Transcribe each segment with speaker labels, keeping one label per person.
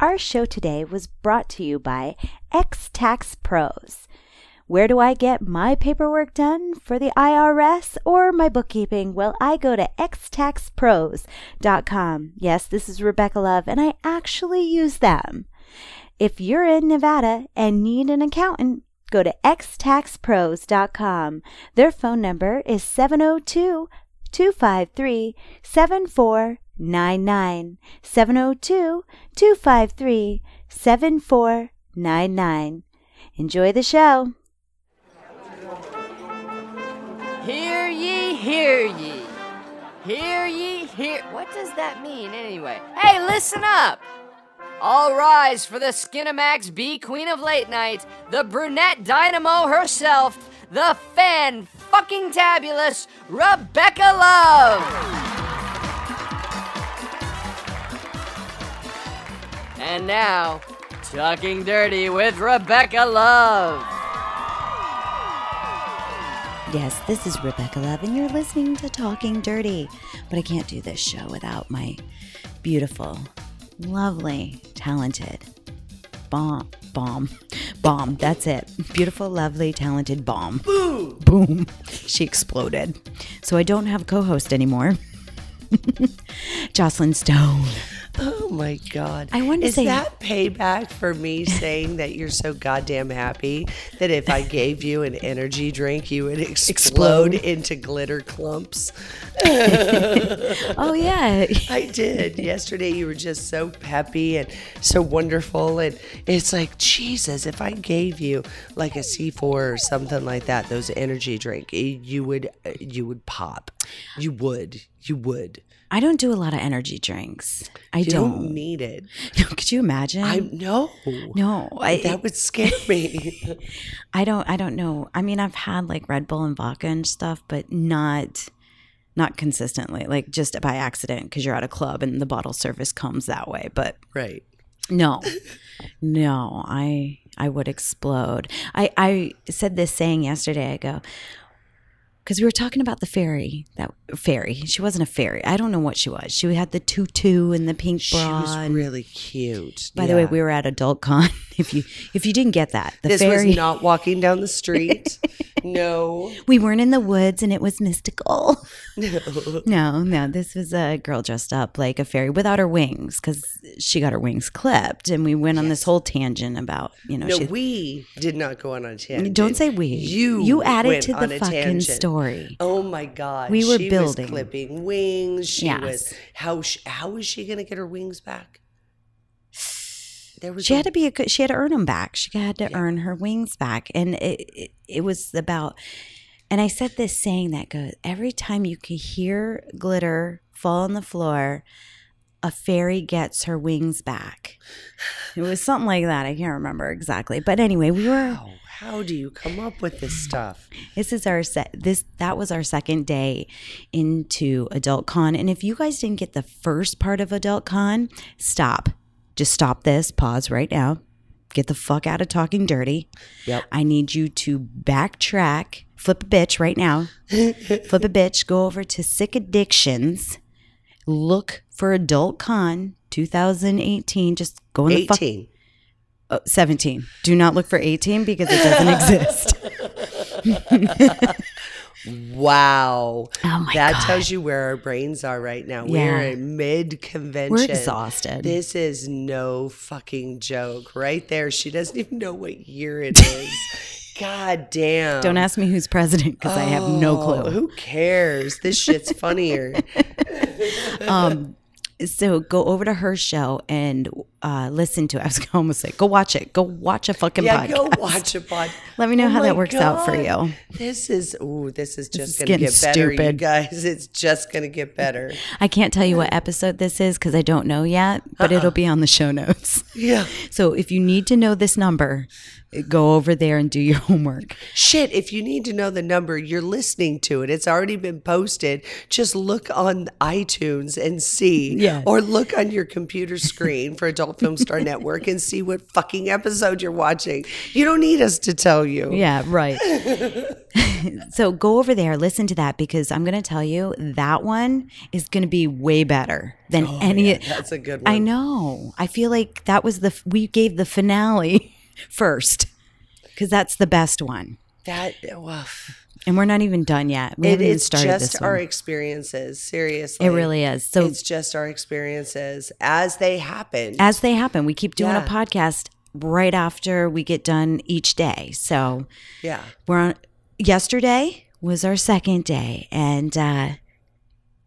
Speaker 1: Our show today was brought to you by X Tax Pros. Where do I get my paperwork done for the IRS or my bookkeeping? Well, I go to xtaxpros.com. Yes, this is Rebecca Love, and I actually use them. If you're in Nevada and need an accountant, go to xtaxpros.com. Their phone number is 702 253 7499. 702 253 7499. Enjoy the show.
Speaker 2: Hear ye, hear ye. Hear ye, hear. What does that mean anyway? Hey, listen up! All rise for the Skinamax B Queen of Late Night, the brunette dynamo herself, the fan fucking tabulous Rebecca Love! And now, Talking Dirty with Rebecca Love!
Speaker 1: Yes, this is Rebecca Love, and you're listening to Talking Dirty. But I can't do this show without my beautiful, lovely, talented bomb, bomb, bomb. That's it. Beautiful, lovely, talented bomb. Boom! Boom. She exploded. So I don't have a co host anymore. Jocelyn Stone.
Speaker 3: Oh my God.
Speaker 1: I wanted to
Speaker 3: Is
Speaker 1: say-
Speaker 3: that payback for me saying that you're so goddamn happy that if I gave you an energy drink, you would explode, into glitter clumps?
Speaker 1: Oh, yeah.
Speaker 3: I did. Yesterday, you were just so peppy and so wonderful. And it's like, Jesus, if I gave you like a C4 or something like that, those energy drink, you would, uh, you would pop. You would. You would.
Speaker 1: I don't do a lot of energy drinks. I
Speaker 3: You
Speaker 1: don't.
Speaker 3: don't need it.
Speaker 1: Could you imagine?
Speaker 3: I know.
Speaker 1: no, I,
Speaker 3: That would scare me.
Speaker 1: I don't I don't know. I mean, I've had like Red Bull and vodka and stuff, but not not consistently. Like just by accident cuz you're at a club and the bottle service comes that way, but
Speaker 3: right.
Speaker 1: no. no, I I would explode. I I said this saying yesterday. I go cuz we were talking about the fairy. That fairy. She wasn't a fairy. I don't know what she was. She had the tutu and the pink
Speaker 3: She
Speaker 1: bra.
Speaker 3: was
Speaker 1: and-
Speaker 3: really cute.
Speaker 1: by the way,
Speaker 3: Yeah.
Speaker 1: we were at Adult Con. If you if you didn't get that, the
Speaker 3: this
Speaker 1: fairy
Speaker 3: was not walking down the street. no.
Speaker 1: we weren't in the woods and it was mystical. No, no, this was a girl dressed up like a fairy without her wings because she got her wings clipped, and we went on this whole tangent about you know
Speaker 3: No,
Speaker 1: she.
Speaker 3: we did not go on a tangent.
Speaker 1: don't say we.
Speaker 3: You
Speaker 1: you added
Speaker 3: went
Speaker 1: to
Speaker 3: on
Speaker 1: the
Speaker 3: a
Speaker 1: fucking
Speaker 3: tangent.
Speaker 1: story.
Speaker 3: Oh my God!
Speaker 1: We were
Speaker 3: she
Speaker 1: building.
Speaker 3: Was clipping wings. She
Speaker 1: Yes.
Speaker 3: was. How? She, how was she going to get her wings back? There was.
Speaker 1: She
Speaker 3: a-
Speaker 1: had to be a good. She had to earn them back. She had to earn her wings back, and it, it it was about. And I said this saying that goes every time you can hear glitter fall on the floor, a fairy gets her wings back. It was something like that. I can't remember exactly, but anyway, we were.
Speaker 3: Wow, how do you come up with this stuff?
Speaker 1: This is our set. This that was our second day into Adult Con, and if you guys didn't get the first part of Adult Con, stop. Just stop this. Pause right now. Get the fuck out of talking dirty.
Speaker 3: Yep.
Speaker 1: I need you to backtrack. Flip a bitch right now. Flip a bitch. Go over to Sick Addictions. Look for Adult Con 2018. Just go in the fuck
Speaker 3: Eighteen.
Speaker 1: Oh, 17. Do not look for 18 because it doesn't exist.
Speaker 3: Wow.
Speaker 1: Oh my
Speaker 3: that
Speaker 1: God.
Speaker 3: tells you where our brains are right now.
Speaker 1: Yeah.
Speaker 3: We're in mid convention.
Speaker 1: We're exhausted.
Speaker 3: This is no fucking joke. Right there. She doesn't even know what year it is. God damn.
Speaker 1: Don't ask me who's president because I have no
Speaker 3: Oh,
Speaker 1: clue.
Speaker 3: Who cares? This shit's funnier.
Speaker 1: So go over to her show and uh, listen to it. I was almost say, go watch it. Go watch a fucking
Speaker 3: yeah,
Speaker 1: podcast.
Speaker 3: go watch a pod.
Speaker 1: Let me know how
Speaker 3: my
Speaker 1: that works out for
Speaker 3: God.
Speaker 1: you.
Speaker 3: This is ooh, this is just
Speaker 1: is
Speaker 3: gonna
Speaker 1: getting
Speaker 3: get better, you
Speaker 1: stupid.
Speaker 3: guys. It's just gonna get better.
Speaker 1: I can't tell you what episode this is because I don't know yet, but
Speaker 3: Uh-uh.
Speaker 1: it'll be on the show notes.
Speaker 3: Yeah.
Speaker 1: So if you need to know this number, go over there and do your homework.
Speaker 3: Shit, if you need to know the number, you're listening to it. It's already been posted. Just look on iTunes and see.
Speaker 1: Yeah.
Speaker 3: Or look on your computer screen for Adult Film Star Network and see what fucking episode you're watching. You don't need us to tell you.
Speaker 1: Yeah, right. so go over there, listen to that because I'm going to tell you that one is going to be way better than
Speaker 3: Oh,
Speaker 1: any.
Speaker 3: yeah, that's a good one.
Speaker 1: I know. I feel like that was the f- we gave the finale first because that's the best one,
Speaker 3: That woof.
Speaker 1: and we're not even done yet. We
Speaker 3: It
Speaker 1: haven't even
Speaker 3: is
Speaker 1: started
Speaker 3: just
Speaker 1: this
Speaker 3: our
Speaker 1: one.
Speaker 3: experiences. Seriously,
Speaker 1: It really is. So
Speaker 3: it's just our experiences as they happen.
Speaker 1: as they happen, we keep doing
Speaker 3: Yeah.
Speaker 1: a podcast right after we get done each day. So
Speaker 3: yeah,
Speaker 1: we're on yesterday was our second day and uh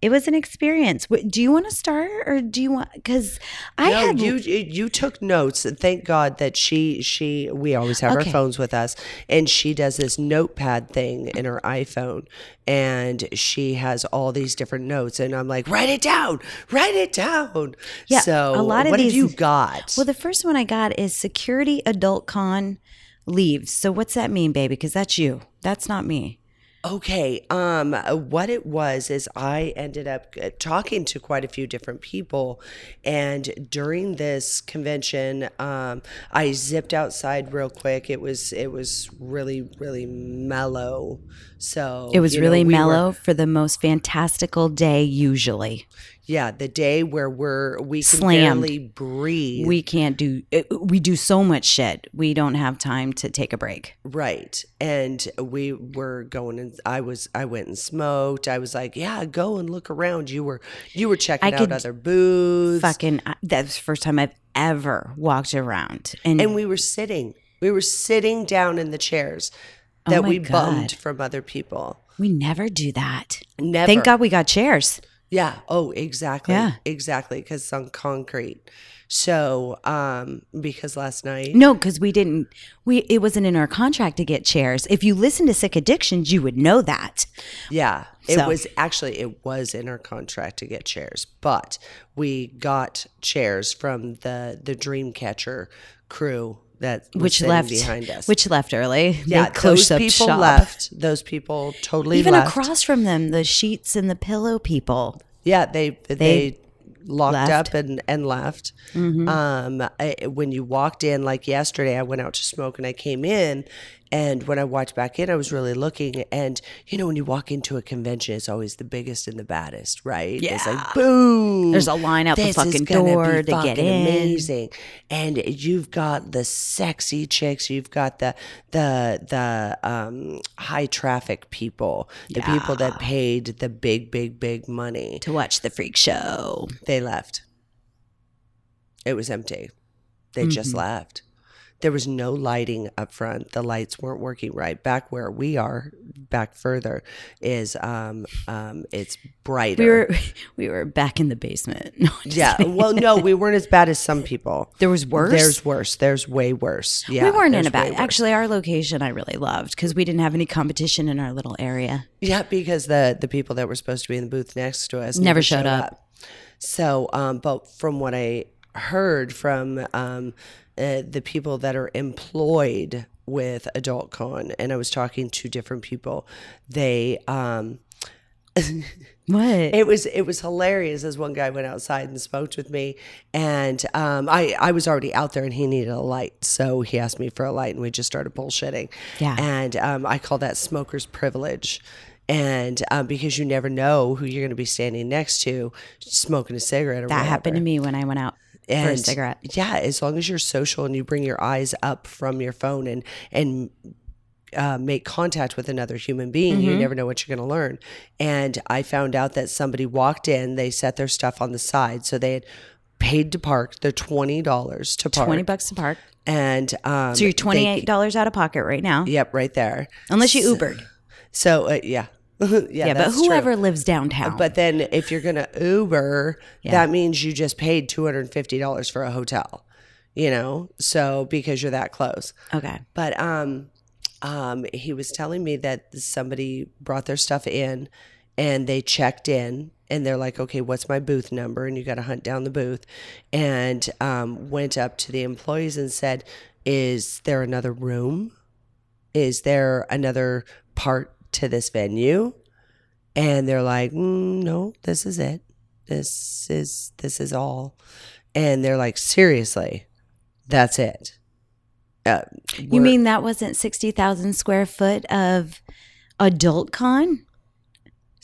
Speaker 1: it was an experience Wh- do you want to start or do you want because i
Speaker 3: no,
Speaker 1: had
Speaker 3: you you you took notes. and Thank God that she she we always have
Speaker 1: Okay.
Speaker 3: our phones with us, and she does this notepad thing in her iPhone, and she has all these different notes, and I'm like, write it down, write it down.
Speaker 1: Yeah,
Speaker 3: so
Speaker 1: a lot of
Speaker 3: what
Speaker 1: these-
Speaker 3: have you got?
Speaker 1: well the first one i got is security adult con leaves so what's that mean baby because that's you that's not me
Speaker 3: Okay. Um, what it was is I ended up uh, talking to quite a few different people, and during this convention, um, I zipped outside real quick. It was it was really really mellow. So
Speaker 1: it was
Speaker 3: you know,
Speaker 1: really
Speaker 3: we were-
Speaker 1: mellow for the most fantastical day usually
Speaker 3: yeah, the day where we're we can
Speaker 1: Slammed.
Speaker 3: barely breathe.
Speaker 1: we can't do it, we do so much shit we don't have time to take a break
Speaker 3: Right. And we were going and I was I went and smoked. I was like, yeah, go and look around. You were you were checking out
Speaker 1: could-
Speaker 3: other booths.
Speaker 1: fucking I- that's the first time i've ever walked around and,
Speaker 3: and we were sitting. We were sitting down in the chairs
Speaker 1: Oh
Speaker 3: that
Speaker 1: my
Speaker 3: we
Speaker 1: God.
Speaker 3: bummed from other people.
Speaker 1: We never do that.
Speaker 3: Never.
Speaker 1: Thank God we got chairs.
Speaker 3: Yeah. Oh, exactly.
Speaker 1: Yeah.
Speaker 3: Exactly. Because it's on concrete. So, um, because last night,
Speaker 1: No, because we didn't. We it wasn't in our contract to get chairs. If you listen to Sick Addictions, you would know that.
Speaker 3: yeah, it
Speaker 1: So-
Speaker 3: was actually it was in our contract to get chairs, but we got chairs from the the Dreamcatcher crew that was
Speaker 1: Which
Speaker 3: sitting
Speaker 1: left
Speaker 3: behind us.
Speaker 1: Which left early.
Speaker 3: yeah,
Speaker 1: They closed
Speaker 3: those
Speaker 1: up
Speaker 3: people
Speaker 1: shop.
Speaker 3: left. Those people totally
Speaker 1: Even
Speaker 3: left.
Speaker 1: across from them, the sheets and the pillow people.
Speaker 3: Yeah, they they, locked
Speaker 1: left. Mm-hmm.
Speaker 3: up and and left. Um, I, when you walked in, like yesterday, I went out to smoke and I came in, and when I walked back in, I was really looking. And you know, when you walk into a convention, it's always the biggest and the baddest, right? It's like boom.
Speaker 1: There's a line out the
Speaker 3: this
Speaker 1: fucking
Speaker 3: is gonna
Speaker 1: door
Speaker 3: be
Speaker 1: to get
Speaker 3: fucking
Speaker 1: in.
Speaker 3: Amazing, and you've got the sexy chicks. You've got the the the um, high traffic people, the people that paid the big big big money
Speaker 1: To watch the freak show.
Speaker 3: they left. It was empty. They just
Speaker 1: Mm-hmm.
Speaker 3: left. There was no lighting up front. The lights weren't working right. Back where we are, back further, is um um it's brighter.
Speaker 1: We were we were back in the basement. No, I'm just
Speaker 3: yeah.
Speaker 1: kidding.
Speaker 3: Well, no, we weren't as bad as some people.
Speaker 1: There was worse.
Speaker 3: There's worse. There's way worse. Yeah.
Speaker 1: we weren't in
Speaker 3: there's
Speaker 1: a
Speaker 3: way
Speaker 1: bad.
Speaker 3: worse.
Speaker 1: Actually, our location I really loved because we didn't have any competition in our little area.
Speaker 3: Yeah, because the the people that were supposed to be in the booth next to us
Speaker 1: Never showed up.
Speaker 3: So, um, but from what I heard from um, uh, the people that are employed with Adult Con, and I was talking to different people, they um,
Speaker 1: What?
Speaker 3: it was it was hilarious as one guy went outside and smoked with me and um, I, I was already out there and he needed a light so he asked me for a light and we just started bullshitting
Speaker 1: Yeah.
Speaker 3: and um, i call that smoker's privilege and um, because you never know who you're going to be standing next to smoking a cigarette or
Speaker 1: That happened to me when I went out for a
Speaker 3: and
Speaker 1: cigarette.
Speaker 3: yeah as long as you're social and you bring your eyes up from your phone and and uh, make contact with another human being
Speaker 1: Mm-hmm.
Speaker 3: you never know what you're going to learn and i found out that somebody walked in they set their stuff on the side so they had paid to park their $20 to park
Speaker 1: Twenty bucks to park.
Speaker 3: and um,
Speaker 1: So you're
Speaker 3: they-
Speaker 1: twenty eight dollars out of pocket right now,
Speaker 3: yep right there
Speaker 1: unless you Ubered.
Speaker 3: so uh, yeah yeah,
Speaker 1: Yeah, but
Speaker 3: that's true. Uh,
Speaker 1: whoever lives downtown.
Speaker 3: But then if you're going to Uber, that means you just paid $250 for a hotel, you know? So because you're that close.
Speaker 1: okay,
Speaker 3: But um um he was telling me that somebody brought their stuff in and they checked in and they're like, "Okay, what's my booth number?" and you got to hunt down the booth and um went up to the employees and said, "Is there another room? Is there another part to this venue?" and they're like mm, no this is it this is this is all and they're like seriously that's it uh,
Speaker 1: you mean that wasn't sixty thousand square foot of Adult Con?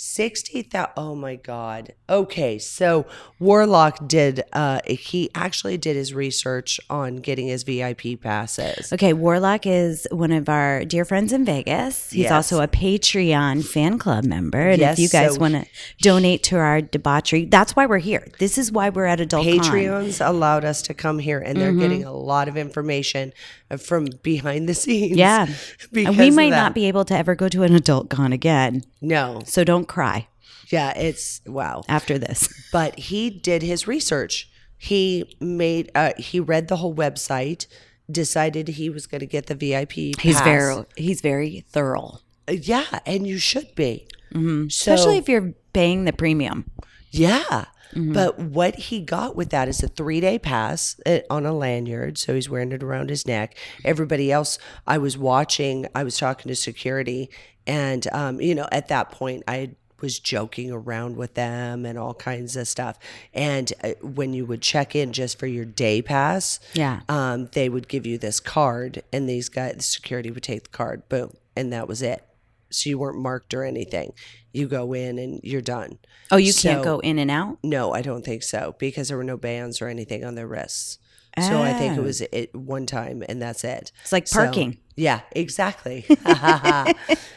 Speaker 3: 60,000. Oh my God. Okay. So Warlock did, uh, he actually did his research on getting his VIP passes.
Speaker 1: Okay, Warlock is one of our dear friends in Vegas. He's
Speaker 3: Yes.
Speaker 1: also a Patreon fan club member. And
Speaker 3: Yes,
Speaker 1: if you guys
Speaker 3: so
Speaker 1: want to donate to our debauchery, that's why we're here. This is why we're at Adult Con.
Speaker 3: Patreons allowed us to come here and they're
Speaker 1: Mm-hmm.
Speaker 3: getting a lot of information from behind the scenes.
Speaker 1: Yeah.
Speaker 3: Because
Speaker 1: And we
Speaker 3: of
Speaker 1: might
Speaker 3: that.
Speaker 1: not be able to ever go to an adult con again.
Speaker 3: No.
Speaker 1: So don't cry
Speaker 3: Yeah. It's wow.
Speaker 1: after this.
Speaker 3: but he did his research. He made uh, he read the whole website, decided he was going to get the VIP.
Speaker 1: He's
Speaker 3: pass.
Speaker 1: very he's very thorough.
Speaker 3: yeah, and you should be. So-
Speaker 1: Mm-hmm. Especially if you're paying the premium.
Speaker 3: yeah. But what he got with that is a three day pass uh, on a lanyard. So he's wearing it around his neck. Everybody else, I was watching, I was talking to security. And, um, you know, at that point, I was joking around with them and all kinds of stuff. And uh, when you would check in just for your day pass,
Speaker 1: Yeah.
Speaker 3: um, they would give you this card, and these guys, the security would take the card, boom, and that was it. So you weren't marked or anything. You go in and you're done.
Speaker 1: Oh, you can't
Speaker 3: So-
Speaker 1: go in and out?
Speaker 3: No, I don't think so because there were no bands or anything on their wrists. So I think it
Speaker 1: Oh.
Speaker 3: was it one time, and that's it.
Speaker 1: It's like
Speaker 3: So-
Speaker 1: parking.
Speaker 3: yeah, exactly.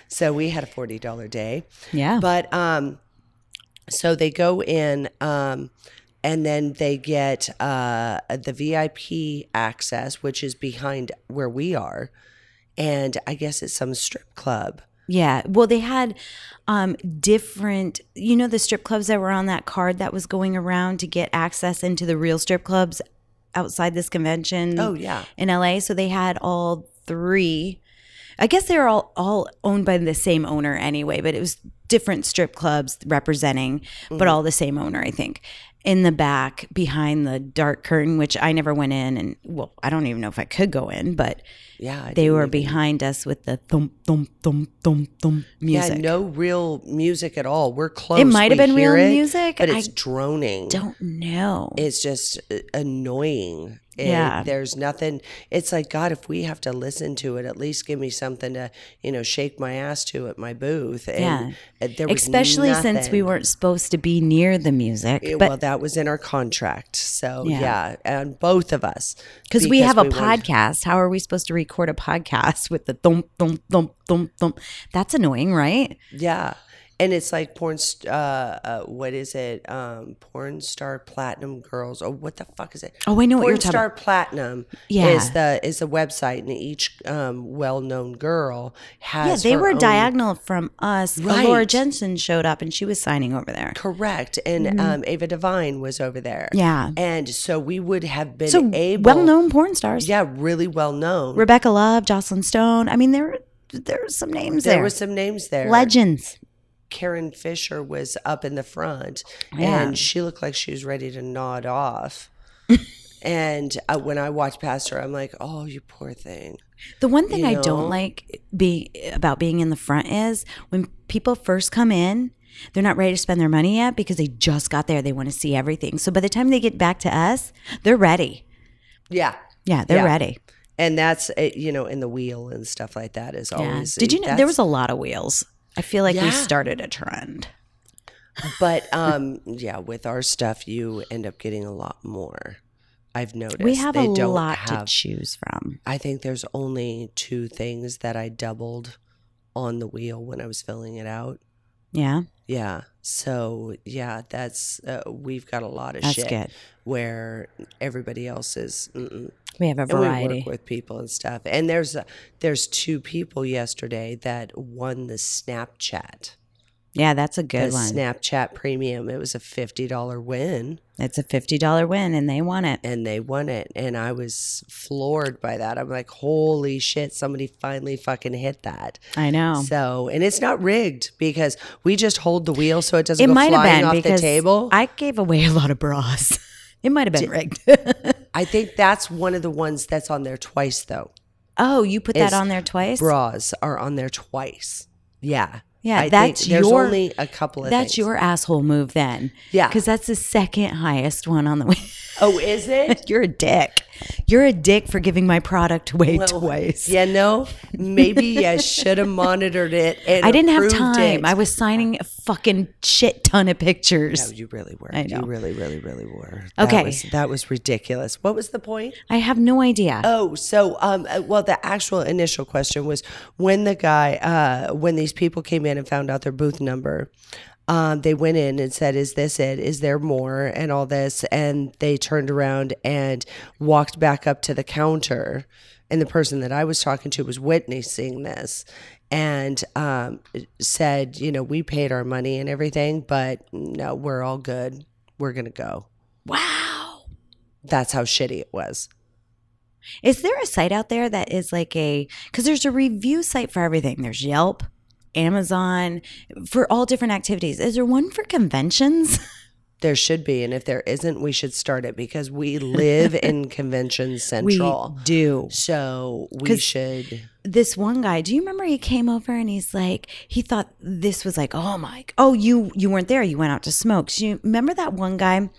Speaker 3: so we had a forty dollar day.
Speaker 1: yeah.
Speaker 3: But um, so they go in, um, and then they get uh the VIP access, which is behind where we are, and I guess it's some strip club.
Speaker 1: yeah. Well, they had um different you know the strip clubs that were on that card that was going around to get access into the real strip clubs outside this convention.
Speaker 3: Oh yeah,
Speaker 1: in LA. So they had all three. I guess they're all all owned by the same owner anyway, but it was different strip clubs representing,
Speaker 3: Mm-hmm.
Speaker 1: but all the same owner, I think. In the back behind the dark curtain, which I never went in, and well, I don't even know if I could go in, but
Speaker 3: yeah. I
Speaker 1: they
Speaker 3: didn't
Speaker 1: were
Speaker 3: even-
Speaker 1: behind us with the thump thump thump thump thump music.
Speaker 3: Yeah, no real music at all. We're close.
Speaker 1: It might have
Speaker 3: we
Speaker 1: been
Speaker 3: hear
Speaker 1: real
Speaker 3: it,
Speaker 1: music.
Speaker 3: but
Speaker 1: I
Speaker 3: it's droning.
Speaker 1: don't know.
Speaker 3: It's just uh, annoying. It-
Speaker 1: Yeah.
Speaker 3: there's nothing. It's like God. If we have to listen to it, at least give me something to you know shake my ass to at my booth. And yeah, there was
Speaker 1: Especially since we
Speaker 3: nothing.
Speaker 1: weren't supposed to be near the music,
Speaker 3: Yeah, well,
Speaker 1: but
Speaker 3: that was in our contract. So
Speaker 1: Yeah.
Speaker 3: yeah, and both of us
Speaker 1: because we have a
Speaker 3: wanted-
Speaker 1: podcast. How are we supposed to record a podcast with the thump thump thump thump thump? That's annoying, right?
Speaker 3: Yeah. And it's like porn, st- uh, uh, what is it? Um, porn star platinum girls. Oh, what the fuck is it?
Speaker 1: Oh, I know what
Speaker 3: porn
Speaker 1: you're talking.
Speaker 3: star
Speaker 1: about.
Speaker 3: platinum.
Speaker 1: Yeah.
Speaker 3: is the is the website, and each um, well known girl
Speaker 1: Yeah,
Speaker 3: has.
Speaker 1: they
Speaker 3: her
Speaker 1: were
Speaker 3: own-
Speaker 1: diagonal from us. but
Speaker 3: Right.
Speaker 1: Laura Jensen showed up and she was signing over there.
Speaker 3: Correct, and um, Ava Devine was over there.
Speaker 1: Mm-hmm. Yeah.
Speaker 3: and so we would have been
Speaker 1: So
Speaker 3: able.
Speaker 1: well-known porn stars.
Speaker 3: Yeah, really well known.
Speaker 1: Rebecca Love, Jocelyn Stone. I mean, there there were some names there.
Speaker 3: there were some names there.
Speaker 1: legends.
Speaker 3: Karen Fisher was up in the front
Speaker 1: Yeah.
Speaker 3: and she looked like she was ready to nod off. and uh, when I walked past her, I'm like, oh, you poor thing.
Speaker 1: The one thing
Speaker 3: you
Speaker 1: I
Speaker 3: know?
Speaker 1: don't like be about being in the front is when people first come in, they're not ready to spend their money yet because they just got there. They want to see everything. So by the time they get back to us, they're ready.
Speaker 3: Yeah.
Speaker 1: Yeah, they're
Speaker 3: Yeah.
Speaker 1: ready.
Speaker 3: And that's, uh, you know, in the wheel and stuff like that is
Speaker 1: Yeah.
Speaker 3: always.
Speaker 1: Did you know there
Speaker 3: Oh, that's-
Speaker 1: was a lot of wheels? I feel like we
Speaker 3: Yeah.
Speaker 1: started a trend.
Speaker 3: But um, yeah, with our stuff, you end up getting a lot more. I've noticed.
Speaker 1: we have
Speaker 3: They
Speaker 1: a
Speaker 3: don't
Speaker 1: lot
Speaker 3: have-
Speaker 1: to choose from.
Speaker 3: I think there's only two things that I doubled on the wheel when I was filling it out.
Speaker 1: Yeah,
Speaker 3: Yeah. So yeah, that's uh, we've got a lot of
Speaker 1: that's
Speaker 3: shit
Speaker 1: good.
Speaker 3: where everybody else is mm-mm.
Speaker 1: We have a
Speaker 3: and we
Speaker 1: variety.
Speaker 3: work with people and stuff. And there's uh, there's two people yesterday that won the Snapchat,
Speaker 1: Yeah, that's a good
Speaker 3: the
Speaker 1: one.
Speaker 3: Snapchat Premium. It was a fifty dollar win,
Speaker 1: it's a fifty dollar win, and they want it.
Speaker 3: and they won it. And I was floored by that. I'm like, holy shit! Somebody finally fucking hit that.
Speaker 1: I know.
Speaker 3: So, and it's not rigged because we just hold the wheel so it doesn't
Speaker 1: it
Speaker 3: go
Speaker 1: might have
Speaker 3: flying
Speaker 1: been
Speaker 3: off
Speaker 1: because
Speaker 3: the table.
Speaker 1: I gave away a lot of bras. It might have been rigged.
Speaker 3: I think that's one of the ones that's on there twice, though.
Speaker 1: oh, you put that
Speaker 3: It's
Speaker 1: on there twice.
Speaker 3: Bras are on there twice. Yeah.
Speaker 1: Yeah,
Speaker 3: I
Speaker 1: that's
Speaker 3: think there's
Speaker 1: your-
Speaker 3: only a couple of
Speaker 1: That's
Speaker 3: things.
Speaker 1: your asshole move then.
Speaker 3: Yeah.
Speaker 1: Because that's the second highest one on the way.
Speaker 3: Oh, is it?
Speaker 1: You're a dick. You're a dick for giving my product away twice.
Speaker 3: You know, maybe you should have monitored it. And
Speaker 1: I didn't have
Speaker 3: approved
Speaker 1: time.
Speaker 3: it.
Speaker 1: I was signing a fucking shit ton of pictures.
Speaker 3: No, you really were.
Speaker 1: I know.
Speaker 3: You really, really, really were.
Speaker 1: Okay.
Speaker 3: That was, that was ridiculous. What was the point?
Speaker 1: I have no idea.
Speaker 3: Oh, so um, uh, well, the actual initial question was when the guy, uh, when these people came in and found out their booth number, um, they went in and said, "Is this it? Is there more?" and all this, and they turned around and walked back up to the counter, and the person that I was talking to was witnessing this. And um, said, you know, we paid our money and everything, but no, we're all good. We're going to go.
Speaker 1: wow.
Speaker 3: That's how shitty it was.
Speaker 1: Is there a site out there that is like a because there's a review site for everything? There's Yelp, Amazon, for all different activities. Is there one for conventions?
Speaker 3: There should be, and if there isn't, we should start it because we live in convention central.
Speaker 1: We do.
Speaker 3: so we
Speaker 1: 'Cause-
Speaker 3: should.
Speaker 1: This one guy, do you remember he came over and he's like, he thought this was like, oh my, oh you you weren't there, you went out to smoke. So you remember that one guy?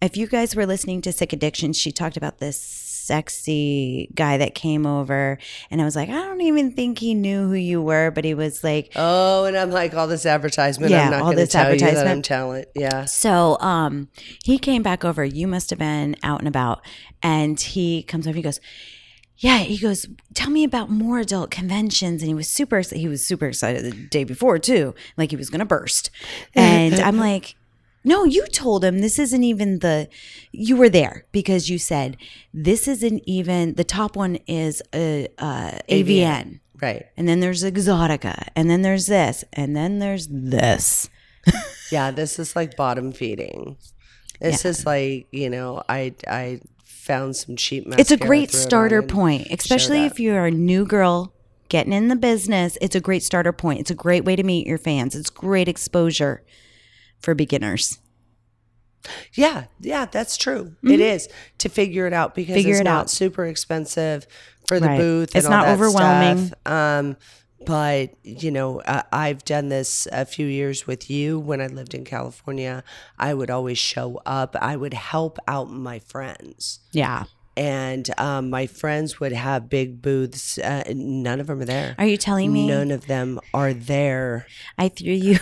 Speaker 1: If you guys were listening to Sick Addiction, she talked about this sexy guy that came over, and I was like, I don't even think he knew who you were, but he was like,
Speaker 3: Oh, and I'm like all this advertisement.
Speaker 1: Yeah,
Speaker 3: I'm not
Speaker 1: all
Speaker 3: going to
Speaker 1: this
Speaker 3: tell you that I'm
Speaker 1: advertisement.
Speaker 3: talent. Yeah,
Speaker 1: So um he came back over. You must have been out and about. And he comes over, he goes, Yeah, he goes, Tell me about more adult conventions. And he was super exci- he was super excited the day before too. Like he was gonna burst. And I'm like, No, you told him this isn't even the you were there because you said this isn't even the top one is a uh, AVN.
Speaker 3: right.
Speaker 1: And then there's Exotica, and then there's this, and then there's this.
Speaker 3: Yeah, this is like bottom feeding. This is like you know, I I found some cheap.
Speaker 1: it's a
Speaker 3: mascara,
Speaker 1: great
Speaker 3: threw it on,
Speaker 1: starter
Speaker 3: and-
Speaker 1: point, especially
Speaker 3: up.
Speaker 1: if you're a new girl getting in the business. It's a great starter point. It's a great way to meet your fans. It's great exposure for beginners.
Speaker 3: Yeah, yeah, that's true. It is to figure it out because
Speaker 1: Mm-hmm. Figure
Speaker 3: it's
Speaker 1: it
Speaker 3: not
Speaker 1: out.
Speaker 3: super expensive for the
Speaker 1: Right.
Speaker 3: booth. And
Speaker 1: It's
Speaker 3: all
Speaker 1: not
Speaker 3: that
Speaker 1: overwhelming.
Speaker 3: Stuff. Um, but you know, I, I've done this a few years with you when I lived in California. I would always show up. I would help out my friends.
Speaker 1: Yeah.
Speaker 3: And um, my friends would have big booths. Uh, none of them are there.
Speaker 1: Are you telling me
Speaker 3: None of them are there.
Speaker 1: I threw you?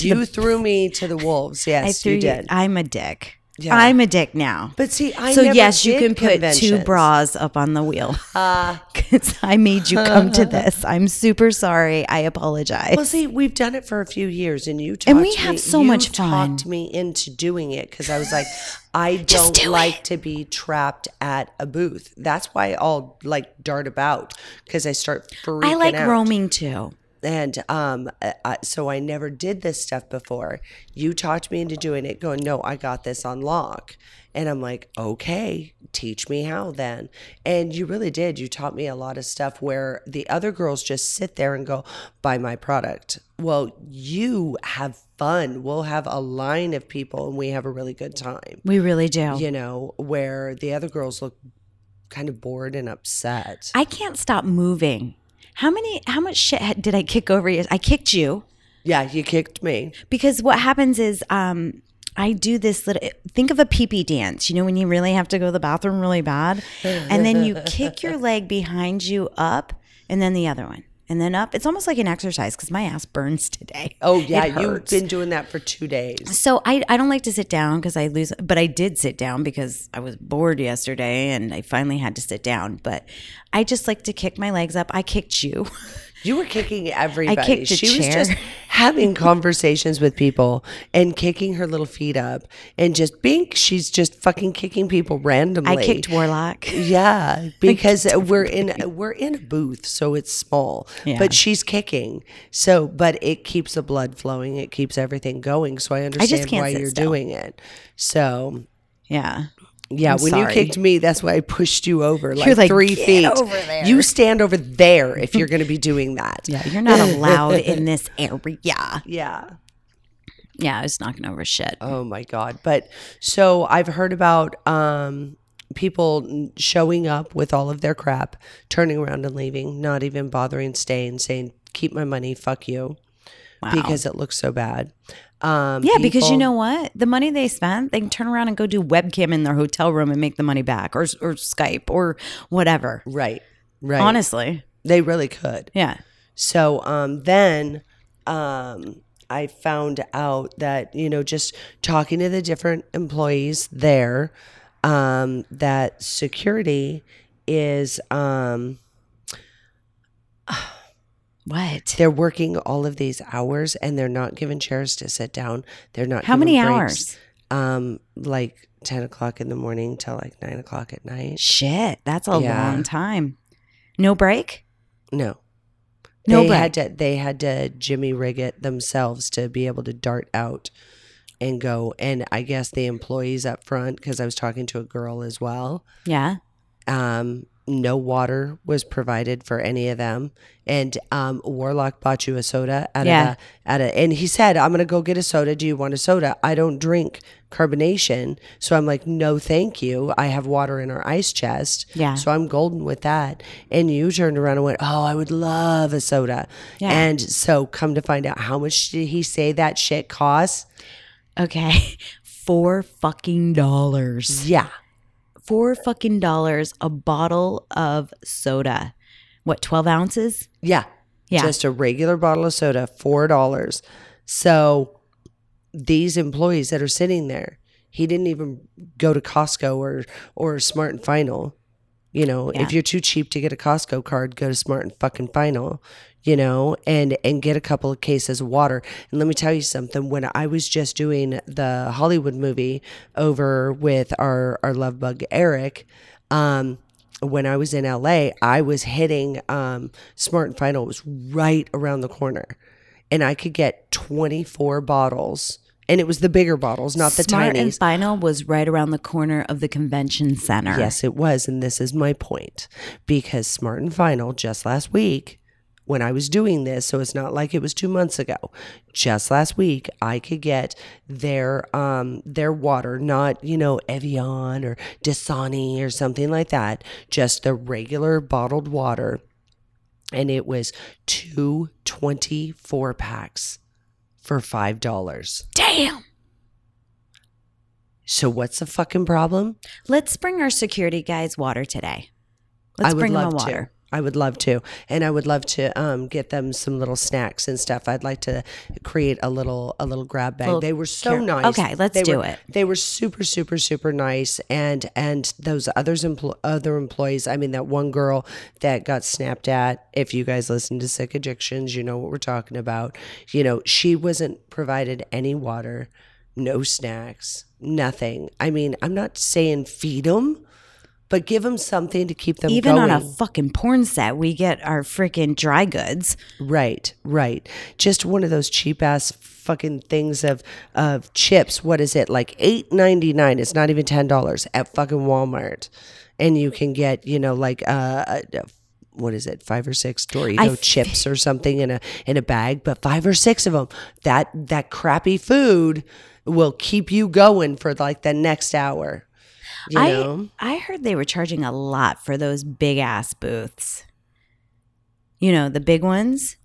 Speaker 3: You threw me to the wolves. Yes,
Speaker 1: I threw
Speaker 3: you did.
Speaker 1: I'm a dick.
Speaker 3: Yeah.
Speaker 1: I'm a dick now.
Speaker 3: but see, I
Speaker 1: so
Speaker 3: never
Speaker 1: yes, you
Speaker 3: did
Speaker 1: can put two
Speaker 3: conventions.
Speaker 1: bras up on the wheel
Speaker 3: Uh,
Speaker 1: because I made you come to this. I'm super sorry. I apologize.
Speaker 3: Well, see, we've done it for a few years, and you talked
Speaker 1: And we have
Speaker 3: me,
Speaker 1: so
Speaker 3: you
Speaker 1: much fun.
Speaker 3: Talked me into doing it because I was like, I
Speaker 1: Just
Speaker 3: don't
Speaker 1: do
Speaker 3: like to be trapped at a booth. That's why I'll like dart about because I start freaking
Speaker 1: I like
Speaker 3: out.
Speaker 1: roaming too.
Speaker 3: And um, I, I- so I never did this stuff before. You talked me into doing it, going, no, I got this on lock. And I'm like, okay, teach me how then. And you really did. You taught me a lot of stuff where the other girls just sit there and go, buy my product. Well, you have fun. We'll have a line of people and we have a really good time,
Speaker 1: We really do.
Speaker 3: you know, where the other girls look kind of bored and upset.
Speaker 1: I can't stop moving. How many? How much shit ha- did I kick over you? I kicked you
Speaker 3: yeah, you kicked me.
Speaker 1: because what happens is, um, I do this little. Think of a pee pee dance. You know when you really have to go to the bathroom really bad, and then you kick your leg behind you up, and then the other one, and then up. It's almost like an exercise because my ass burns today.
Speaker 3: Oh yeah,
Speaker 1: It
Speaker 3: you've
Speaker 1: hurts.
Speaker 3: been doing that for two days.
Speaker 1: So I, I don't like to sit down because I lose, but I did sit down because I was bored yesterday and I finally had to sit down. But I just like to kick my legs up. I kicked you.
Speaker 3: You were kicking everybody.
Speaker 1: kicked a
Speaker 3: she was
Speaker 1: chair.
Speaker 3: just having conversations with people and kicking her little feet up and just bink. She's just fucking kicking people randomly.
Speaker 1: I kicked Warlock.
Speaker 3: Yeah, because we're in we're in a booth, so it's small.
Speaker 1: Yeah.
Speaker 3: But she's kicking, so but it keeps the blood flowing. It keeps everything going. So I understand
Speaker 1: can't
Speaker 3: why
Speaker 1: sit
Speaker 3: you're
Speaker 1: still.
Speaker 3: doing it. So
Speaker 1: Yeah.
Speaker 3: Yeah,
Speaker 1: I'm
Speaker 3: when
Speaker 1: sorry.
Speaker 3: you kicked me, that's why I pushed you over like,
Speaker 1: like,
Speaker 3: three
Speaker 1: "Get
Speaker 3: feet.
Speaker 1: over there."
Speaker 3: You stand over there if you're going to be doing that.
Speaker 1: Yeah, you're not allowed in this area.
Speaker 3: Yeah.
Speaker 1: Yeah, I was knocking over shit.
Speaker 3: Oh my god. But so I've heard about um people showing up with all of their crap, turning around and leaving, not even bothering staying, saying keep my money, fuck you.
Speaker 1: Wow.
Speaker 3: Because it looks so bad. Um,
Speaker 1: Yeah, because you
Speaker 3: people-
Speaker 1: know what? The money they spent, they can turn around and go do webcam in their hotel room and make the money back or, or Skype or whatever.
Speaker 3: right, right.
Speaker 1: Honestly.
Speaker 3: they really could.
Speaker 1: Yeah.
Speaker 3: So um, then um, I found out that, you know, just talking to the different employees there, um, that security is, um,
Speaker 1: What?
Speaker 3: they're working all of these hours and they're not given chairs to sit down. They're not
Speaker 1: How
Speaker 3: given
Speaker 1: many
Speaker 3: breaks.
Speaker 1: hours?
Speaker 3: Um, like 10 o'clock in the morning till like 9 o'clock at night.
Speaker 1: Shit, that's a
Speaker 3: Yeah.
Speaker 1: long time. No break?
Speaker 3: No.
Speaker 1: No
Speaker 3: they
Speaker 1: break.
Speaker 3: had to they had to Jimmy rig it themselves to be able to dart out and go. And I guess the employees up front, because I was talking to a girl as well.
Speaker 1: Yeah.
Speaker 3: Um, no water was provided for any of them. And um, Warlock bought you a soda out
Speaker 1: Yeah.
Speaker 3: of a, out of, and he said, "I'm gonna go get a soda. Do you want a soda? I don't drink carbonation, so I'm like, no, thank you. I have water in our ice chest.
Speaker 1: Yeah.
Speaker 3: So I'm golden with that. And you turned around and went, Oh, I would love a soda.
Speaker 1: Yeah.
Speaker 3: And so come to find out how much did he say that shit costs?
Speaker 1: Okay. Four fucking dollars.
Speaker 3: Yeah.
Speaker 1: Four fucking dollars a bottle of soda. What, 12 ounces?
Speaker 3: Yeah.
Speaker 1: Yeah.
Speaker 3: Just a regular bottle of soda, four dollars. So these employees that are sitting there, he didn't even go to Costco or or Smart and Final. You know,
Speaker 1: Yeah.
Speaker 3: if you're too cheap to get a Costco card, go to Smart and fucking Final, you know, and and get a couple of cases of water. And let me tell you something, when I was just doing the Hollywood movie over with our our love bug Eric, um when I was in LA, I was hitting um Smart and Final was right around the corner. And I could get 24 bottles. And it was the bigger bottles, not the
Speaker 1: Smart
Speaker 3: tinies.
Speaker 1: and Final was right around the corner of the convention center.
Speaker 3: Yes, it was. And this is my point because Smart and Final just last week, when I was doing this, so it's not like it was two months ago. Just last week, I could get their um their water, not you know Evian or Dasani or something like that, just the regular bottled water, and it was two twenty four packs for five dollars.
Speaker 1: Damn.
Speaker 3: So what's the fucking problem?
Speaker 1: Let's bring our security guys water today. Let's
Speaker 3: I would
Speaker 1: bring
Speaker 3: love
Speaker 1: them a water.
Speaker 3: to. I would love to, and I would love to um, get them some little snacks and stuff. I'd like to create a little a little grab bag.
Speaker 1: Little
Speaker 3: they were so
Speaker 1: car-
Speaker 3: nice.
Speaker 1: Okay, let's
Speaker 3: They
Speaker 1: do
Speaker 3: were-
Speaker 1: it.
Speaker 3: They were super super super nice, and and those others empl- other employees. I mean, that one girl that got snapped at. If you guys listen to Sick Addictions, you know what we're talking about. You know, she wasn't provided any water, no snacks, nothing. I mean, I'm not saying feed them. But give them something to keep them
Speaker 1: Even
Speaker 3: going.
Speaker 1: on a fucking porn set, we get our freaking dry goods.
Speaker 3: Right, right. Just one of those cheap ass fucking things of of chips. What is it like eight ninety nine? It's not even ten dollars at fucking Walmart, and you can get you know like uh. uh, what is it? Five or six Dorito
Speaker 1: I f-
Speaker 3: chips or something in a in a bag, but five or six of them. That that crappy food will keep you going for like the next hour. You
Speaker 1: I
Speaker 3: know,
Speaker 1: I heard they were charging a lot for those big ass booths. You know, the big ones.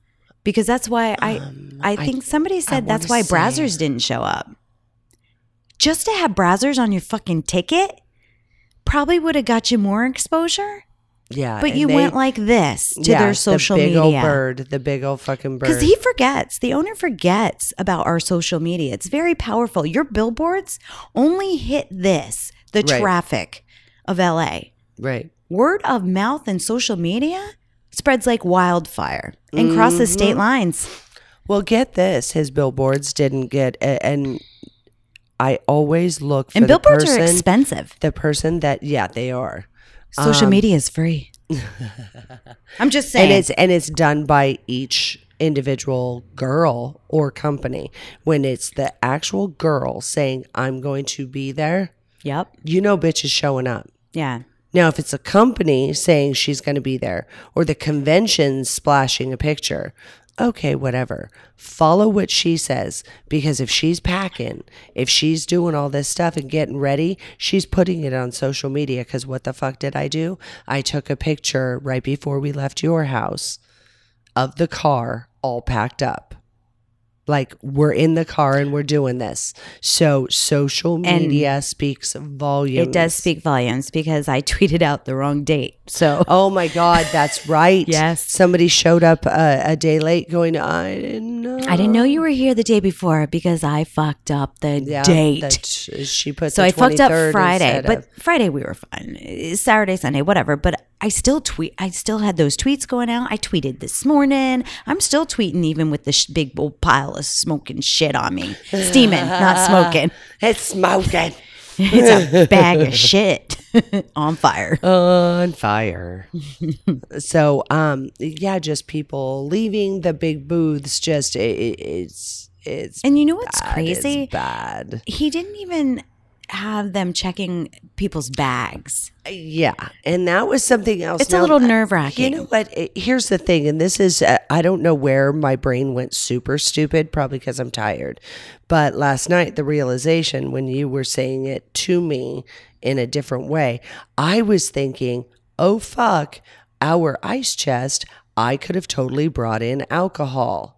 Speaker 1: Because that's why I
Speaker 3: Um,
Speaker 1: I think somebody said that's why
Speaker 3: wanna say-
Speaker 1: Brazzers didn't show up. Just to have Brazzers on your fucking ticket probably would have got you more exposure.
Speaker 3: yeah.
Speaker 1: But
Speaker 3: and
Speaker 1: you
Speaker 3: Uh, they-
Speaker 1: went like this to
Speaker 3: yeah,
Speaker 1: their social
Speaker 3: the big
Speaker 1: media.
Speaker 3: old bird, the big old fucking bird.
Speaker 1: Because he forgets, the owner forgets about our social media. It's very powerful. Your billboards only hit this, the
Speaker 3: Right.
Speaker 1: traffic of LA.
Speaker 3: right.
Speaker 1: Word of mouth and social media spreads like wildfire and crosses state
Speaker 3: Mm-hmm.
Speaker 1: lines.
Speaker 3: Well, get this: his billboards didn't get, a- and I always look for
Speaker 1: And
Speaker 3: the
Speaker 1: billboards
Speaker 3: person,
Speaker 1: are expensive.
Speaker 3: the person that, yeah, they are,
Speaker 1: Social media is free. I'm just saying.
Speaker 3: um, and it's and it's done by each individual girl or company. When it's the actual girl saying, "I'm going to be there,"
Speaker 1: yep.
Speaker 3: you know, bitch is showing up.
Speaker 1: Yeah.
Speaker 3: Now, if it's a company saying she's going to be there or the convention splashing a picture, okay, whatever. Follow what she says because if she's packing, if she's doing all this stuff and getting ready, she's putting it on social media because what the fuck did I do? I took a picture right before we left your house of the car all packed up. Like we're in the car and we're doing this. So social
Speaker 1: And
Speaker 3: media speaks volumes.
Speaker 1: It does speak volumes because I tweeted out the wrong date. So
Speaker 3: Oh my God, that's right.
Speaker 1: Yes.
Speaker 3: Somebody showed up uh, a day late going, I didn't know.
Speaker 1: I didn't know you were here the day before because I fucked up the
Speaker 3: Yeah,
Speaker 1: date.
Speaker 3: that sh- she put
Speaker 1: so
Speaker 3: the
Speaker 1: I fucked up
Speaker 3: 23rd
Speaker 1: Friday,
Speaker 3: instead
Speaker 1: but
Speaker 3: of-
Speaker 1: Friday we were fine. Uh, Saturday, Sunday, whatever. But I still tweet. I still had those tweets going out. I tweeted this morning. I'm still tweeting even with the sh- big old pile of smoking shit on me, steaming, not smoking.
Speaker 3: it's smoking
Speaker 1: It's a bag of shit on fire.
Speaker 3: on fire. so, um, yeah, just people leaving the big booths. Just it, it, it's it's
Speaker 1: And you know what's
Speaker 3: bad, it's
Speaker 1: crazy?
Speaker 3: bad.
Speaker 1: He didn't even have them checking people's bags.
Speaker 3: Yeah, and that was something else.
Speaker 1: It's a
Speaker 3: Now,
Speaker 1: little
Speaker 3: uh,
Speaker 1: nerve wracking.
Speaker 3: You know what? It- Here's the thing, and this is uh, I don't know where my brain went super stupid, probably because I'm tired. But last night, the realization when you were saying it to me in a different way, I was thinking, oh fuck, our ice chest. I could have totally brought in alcohol.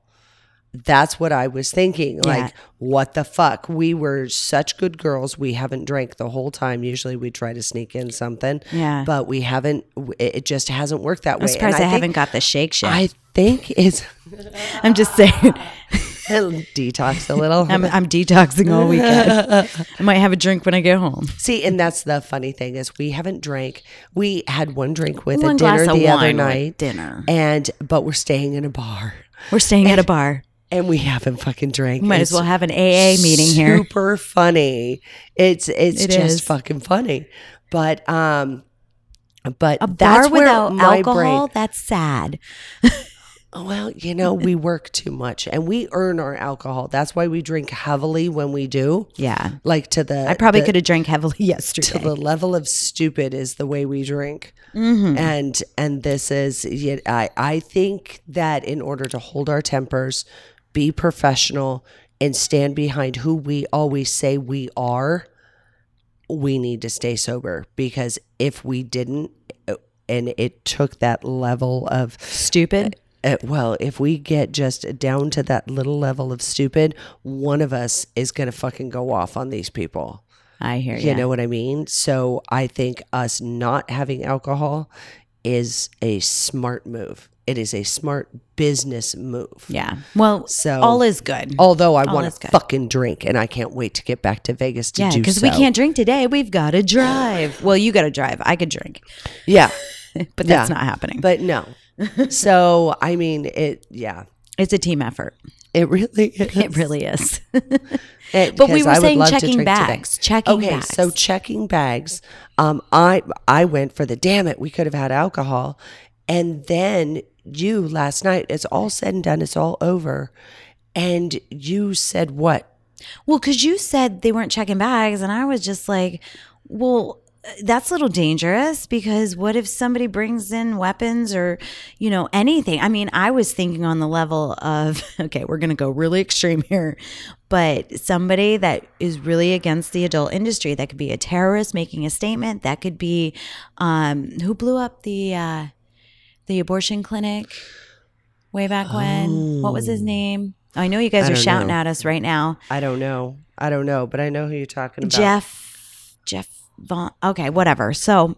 Speaker 3: That's what I was thinking.
Speaker 1: Yeah.
Speaker 3: Like, what the fuck? We were such good girls. We haven't drank the whole time. Usually we try to sneak in something
Speaker 1: Yeah.
Speaker 3: but we haven't w- it it just hasn't worked that way
Speaker 1: I'm surprised I,
Speaker 3: and
Speaker 1: haven't
Speaker 3: think,
Speaker 1: got the shake shit.
Speaker 3: i think it's
Speaker 1: I'm just saying.
Speaker 3: detox a little
Speaker 1: I'm, I'm detoxing all weekend. I might have a drink when I get home.
Speaker 3: see and that's the funny thing is we haven't drank we had one drink with
Speaker 1: One
Speaker 3: a
Speaker 1: glass
Speaker 3: dinner
Speaker 1: of
Speaker 3: the other
Speaker 1: wine with
Speaker 3: night
Speaker 1: dinner.
Speaker 3: and but we're staying in a bar
Speaker 1: We're staying at a bar.
Speaker 3: and we haven't fucking drank
Speaker 1: We might
Speaker 3: It's
Speaker 1: as well have an AA meeting here.
Speaker 3: super funny it's it's
Speaker 1: It
Speaker 3: just
Speaker 1: is.
Speaker 3: fucking funny but um but
Speaker 1: A
Speaker 3: that's
Speaker 1: bar
Speaker 3: where
Speaker 1: without
Speaker 3: my brain, Oh,
Speaker 1: alcohol, that's sad.
Speaker 3: Well, you know, we work too much and we earn our alcohol. That's why we drink heavily when we do.
Speaker 1: Yeah.
Speaker 3: Like to the
Speaker 1: I probably
Speaker 3: the-
Speaker 1: could have drank heavily
Speaker 3: to
Speaker 1: yesterday.
Speaker 3: the level of stupid is the way we drink.
Speaker 1: Mhm.
Speaker 3: And and this is yeah, I I think that in order to hold our tempers, be professional and stand behind who we always say we are, we need to stay sober because if we didn't uh, and it took that level of
Speaker 1: Stupid.
Speaker 3: uh, well, if we get just down to that little level of stupid, one of us is going to fucking go off on these people.
Speaker 1: I hear you.
Speaker 3: You know what I mean? So I think us not having alcohol is a smart move. It is a smart business move.
Speaker 1: yeah. Well,
Speaker 3: So
Speaker 1: all is good.
Speaker 3: although I
Speaker 1: all
Speaker 3: want
Speaker 1: is
Speaker 3: to
Speaker 1: good.
Speaker 3: fucking drink, and I can't wait to get back to Vegas to
Speaker 1: yeah,
Speaker 3: do
Speaker 1: because
Speaker 3: so.
Speaker 1: we can't drink today. We've got to drive. Well, you got to drive. I could drink,
Speaker 3: Yeah,
Speaker 1: but that's
Speaker 3: Yeah.
Speaker 1: not happening. But
Speaker 3: but no. so I mean, it. Yeah,
Speaker 1: it's a team effort.
Speaker 3: it really. Is.
Speaker 1: It really is.
Speaker 3: It-
Speaker 1: But we
Speaker 3: because
Speaker 1: were
Speaker 3: I would
Speaker 1: saying
Speaker 3: love to
Speaker 1: checking
Speaker 3: drink today.
Speaker 1: bags, checking
Speaker 3: okay,
Speaker 1: bags.
Speaker 3: so checking bags. Um, I I went for the damn it. We could have had alcohol, and then you last night. It's all said and done. It's all over, and you said what?
Speaker 1: Well, because you said they weren't checking bags, and I was just like, well, that's a little dangerous because what if somebody brings in weapons or, you know, anything? I mean, I was thinking on the level of, okay, we're going to go really extreme here, but somebody that is really against the adult industry, that could be a terrorist making a statement, that could be um, who blew up the, uh, the abortion clinic way back when. What was his name? I know you guys
Speaker 3: Oh. I
Speaker 1: are
Speaker 3: don't
Speaker 1: shouting
Speaker 3: know.
Speaker 1: at us right now.
Speaker 3: I don't know. I don't know, but I know who you're talking about.
Speaker 1: Jeff Jeff Vaughn. Okay, whatever. So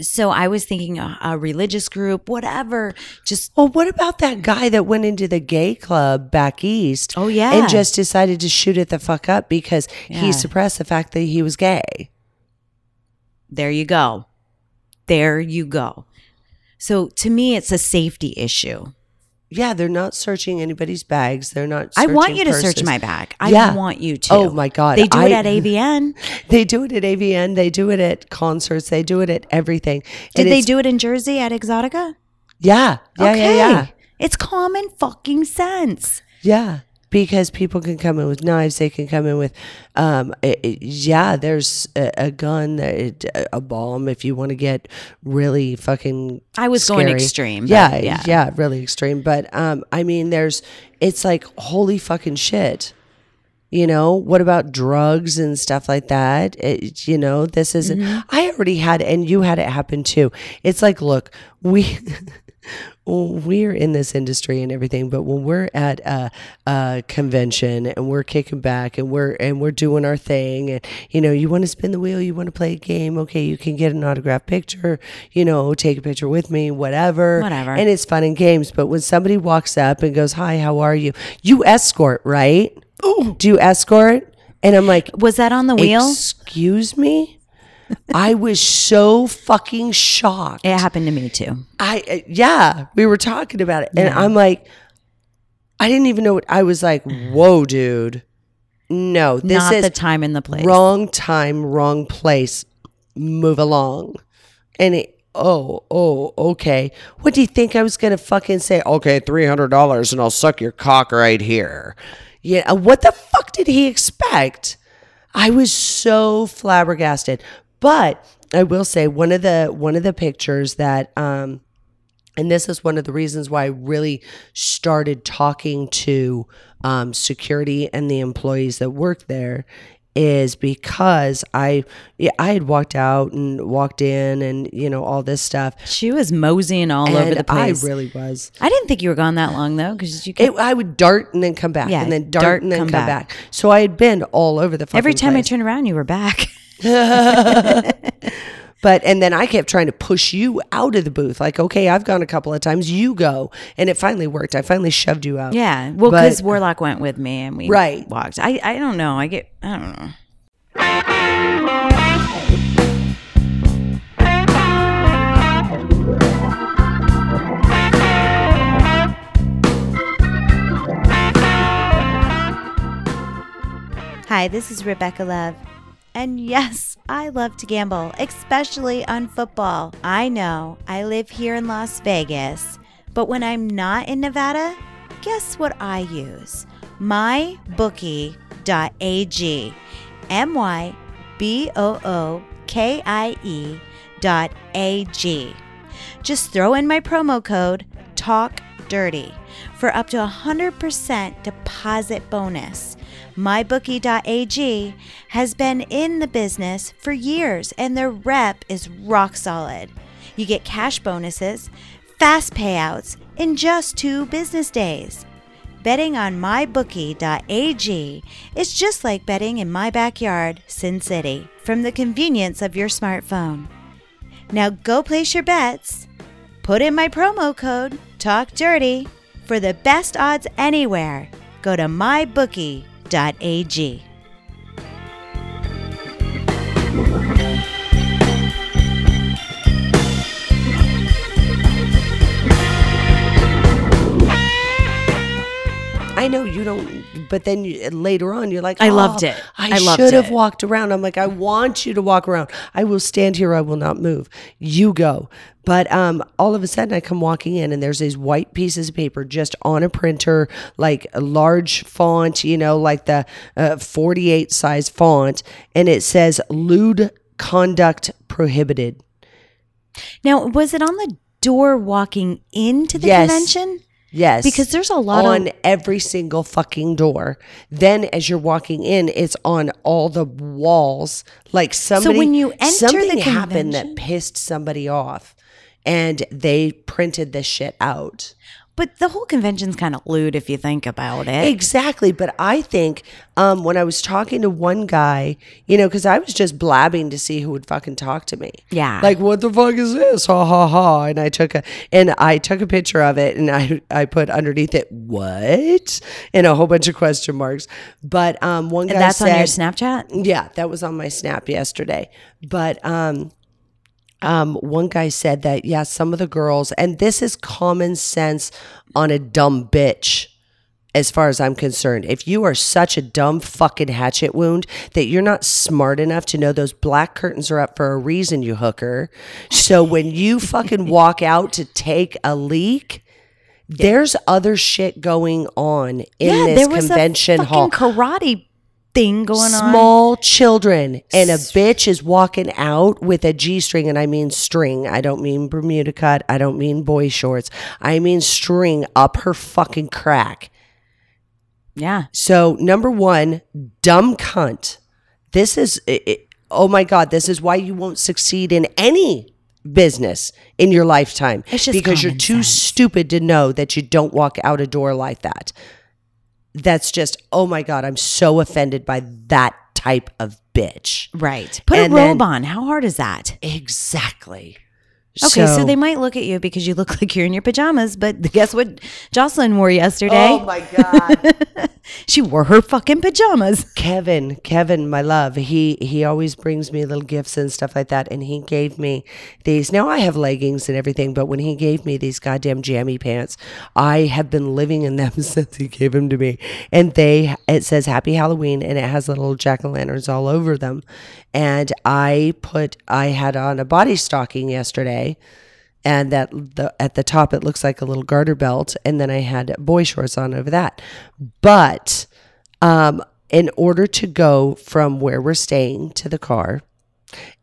Speaker 1: so I was thinking a, a religious group, whatever. Just
Speaker 3: Well, what about that guy that went into the gay club back east?
Speaker 1: Oh, yeah.
Speaker 3: and just decided to shoot it the fuck up because
Speaker 1: Yeah.
Speaker 3: he suppressed the fact that he was gay.
Speaker 1: there you go. There you go. So to me it's a safety issue.
Speaker 3: Yeah, they're not searching anybody's bags. They're not.
Speaker 1: I want
Speaker 3: searching
Speaker 1: you to search
Speaker 3: purses.
Speaker 1: my bag. I
Speaker 3: Yeah.
Speaker 1: want you to.
Speaker 3: Oh my God,
Speaker 1: They do it
Speaker 3: I-
Speaker 1: at AVN.
Speaker 3: They do it at AVN. They do it at concerts. They do it at everything.
Speaker 1: Did
Speaker 3: And
Speaker 1: they
Speaker 3: it's-
Speaker 1: do it in Jersey at Exotica?
Speaker 3: Yeah, yeah,
Speaker 1: okay.
Speaker 3: yeah, yeah,
Speaker 1: It's common fucking sense.
Speaker 3: yeah. Because people can come in with knives. They can come in with, um, i i- yeah. There's a, a gun, a, a bomb. If you want to get really fucking,
Speaker 1: I was going
Speaker 3: scary.
Speaker 1: extreme, but
Speaker 3: Yeah,
Speaker 1: yeah.
Speaker 3: yeah, yeah, really extreme. But um, I mean, there's. It's like holy fucking shit. You know, what about drugs and stuff like that? It- you know, this is, I already had, and you had it happen too. It's like, look, we, we're in this industry and everything, but when we're at a, a convention and we're kicking back and we're and we're doing our thing, and you know, you want to spin the wheel, you want to play a game, okay, you can get an autograph picture, you know, take a picture with me, whatever,
Speaker 1: Whatever.
Speaker 3: and it's fun and games. But when somebody walks up and goes, "Hi, how are you?" You escort, right? Do you escort? And I'm like,
Speaker 1: Was that on the wheel?
Speaker 3: Excuse me. I was so fucking shocked.
Speaker 1: it happened to me too.
Speaker 3: I uh, yeah, we were talking about it, and I'm like, I didn't even know. What, I was like, whoa, dude, no, this
Speaker 1: Not
Speaker 3: is
Speaker 1: the time and the place.
Speaker 3: wrong time, wrong place. Move along, and it. Oh, oh, okay. What do you think I was gonna fucking say? Okay, three hundred dollars, and I'll suck your cock right here. Yeah, uh, what the fuck did he expect? I was so flabbergasted. But I will say one of the one of the pictures that um and this is one of the reasons why I really started talking to um, security and the employees that work there is because I yeah, I had walked out and walked in and you know all this stuff
Speaker 1: She was moseying all over
Speaker 3: and
Speaker 1: the place.
Speaker 3: I really was
Speaker 1: I didn't think you were gone that long though, because you.
Speaker 3: it,
Speaker 1: Kept,
Speaker 3: I would dart and then come back
Speaker 1: Yeah,
Speaker 3: and then dart,
Speaker 1: dart,
Speaker 3: and then
Speaker 1: come
Speaker 3: come,
Speaker 1: back.
Speaker 3: back. so I had been all over the fucking
Speaker 1: every time
Speaker 3: place.
Speaker 1: I turned around, you were back.
Speaker 3: But and then I kept trying to push you out of the booth. Like, okay, I've gone a couple of times. You go, and it finally worked. I finally shoved you out.
Speaker 1: yeah, well,
Speaker 3: But-
Speaker 1: because Warlock went with me and we
Speaker 3: Right.
Speaker 1: walked. I I don't know. I get I don't know. Hi, this is Rebecca Love. And yes, I love to gamble, especially on football. I know I live here in Las Vegas, but when I'm not in Nevada, guess what I use? MyBookie.ag. M Y B O O K I E dot A G. Just throw in my promo code TALKDIRTY for up to 100% deposit bonus. MyBookie.ag has been in the business for years and their rep is rock solid. You get cash bonuses, fast payouts in just two business days. Betting on mybookie.ag is just like betting in my backyard, Sin City, from the convenience of your smartphone. Now go place your bets. Put in my promo code TALKDIRTY for the best odds anywhere. Go to mybookie.ag.
Speaker 3: I know you don't, but then you, later on, you're like,
Speaker 1: I
Speaker 3: "Oh,
Speaker 1: loved it.
Speaker 3: I,
Speaker 1: I loved
Speaker 3: should have
Speaker 1: it."
Speaker 3: walked around. I'm like, I want you to walk around. I will stand here. I will not move. You go. But um, all of a sudden, I come walking in, and there's these white pieces of paper just on a printer, like a large font, you know, like the uh, 48 size font, and it says lewd conduct prohibited.
Speaker 1: Now, was it on the door walking into the
Speaker 3: Yes.
Speaker 1: convention?
Speaker 3: Yes.
Speaker 1: Because there's a lot
Speaker 3: on
Speaker 1: of
Speaker 3: every single fucking door. Then as you're walking in, it's on all the walls. Like somebody
Speaker 1: when you enter the
Speaker 3: something happened
Speaker 1: convention-
Speaker 3: that pissed somebody off and they printed this shit out.
Speaker 1: but the whole convention's kind of lewd if you think about it.
Speaker 3: Exactly. But I think um, when I was talking to one guy, you know, because I was just blabbing to see who would fucking talk to me.
Speaker 1: Yeah.
Speaker 3: Like, what the fuck is this? Ha ha ha. And I took a and I took a picture of it and I I put underneath it, what? And a whole bunch of question marks. But um one guy
Speaker 1: And that's
Speaker 3: said,
Speaker 1: on your Snapchat?
Speaker 3: yeah, that was on my snap yesterday. But um um one guy said that yeah, some of the girls and this is common sense on a dumb bitch as far as I'm concerned. If you are such a dumb fucking hatchet wound that you're not smart enough to know those black curtains are up for a reason, you hooker. So when you fucking walk out to take a leak, there's other shit going on in
Speaker 1: yeah,
Speaker 3: this
Speaker 1: there was
Speaker 3: convention
Speaker 1: a
Speaker 3: hall
Speaker 1: fucking karate thing going on.
Speaker 3: small children and a bitch is walking out with a g-string and i mean string i don't mean bermuda cut i don't mean boy shorts i mean string up her fucking crack
Speaker 1: Yeah.
Speaker 3: So number one, dumb cunt. This is it, it- oh my god. This is why you won't succeed in any business in your lifetime
Speaker 1: It's just
Speaker 3: because you're
Speaker 1: common
Speaker 3: too
Speaker 1: sense.
Speaker 3: stupid to know that you don't walk out a door like that. That's just oh my god. I'm so offended by that type of bitch.
Speaker 1: Right. Put
Speaker 3: And
Speaker 1: a robe
Speaker 3: then-
Speaker 1: on. How hard is that?
Speaker 3: Exactly.
Speaker 1: Okay, so, they might look at you because you look like you're in your pajamas, but guess what Jocelyn wore yesterday?
Speaker 3: Oh my god.
Speaker 1: she wore her fucking pajamas.
Speaker 3: Kevin, Kevin, my love, he he always brings me little gifts and stuff like that, and he gave me these. Now I have leggings and everything, but when he gave me these goddamn jammy pants, I have been living in them since he gave them to me. And they it says Happy Halloween, and it has little jack o' lanterns all over them. And I put I had on a body stocking yesterday and that the, at the top it looks like a little garter belt and then i had boy shorts on over that but um, in order to go from where we're staying to the car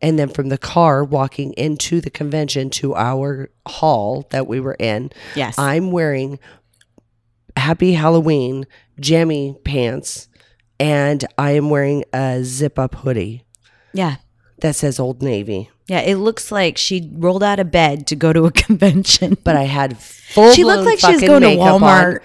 Speaker 3: and then from the car walking into the convention to our hall that we were in
Speaker 1: Yes.
Speaker 3: i'm wearing happy halloween jammy pants and i am wearing a zip up hoodie
Speaker 1: yeah.
Speaker 3: that says old navy
Speaker 1: Yeah, it looks like she rolled out of bed to go to a convention.
Speaker 3: but I had full.
Speaker 1: She looked like she was going to Walmart.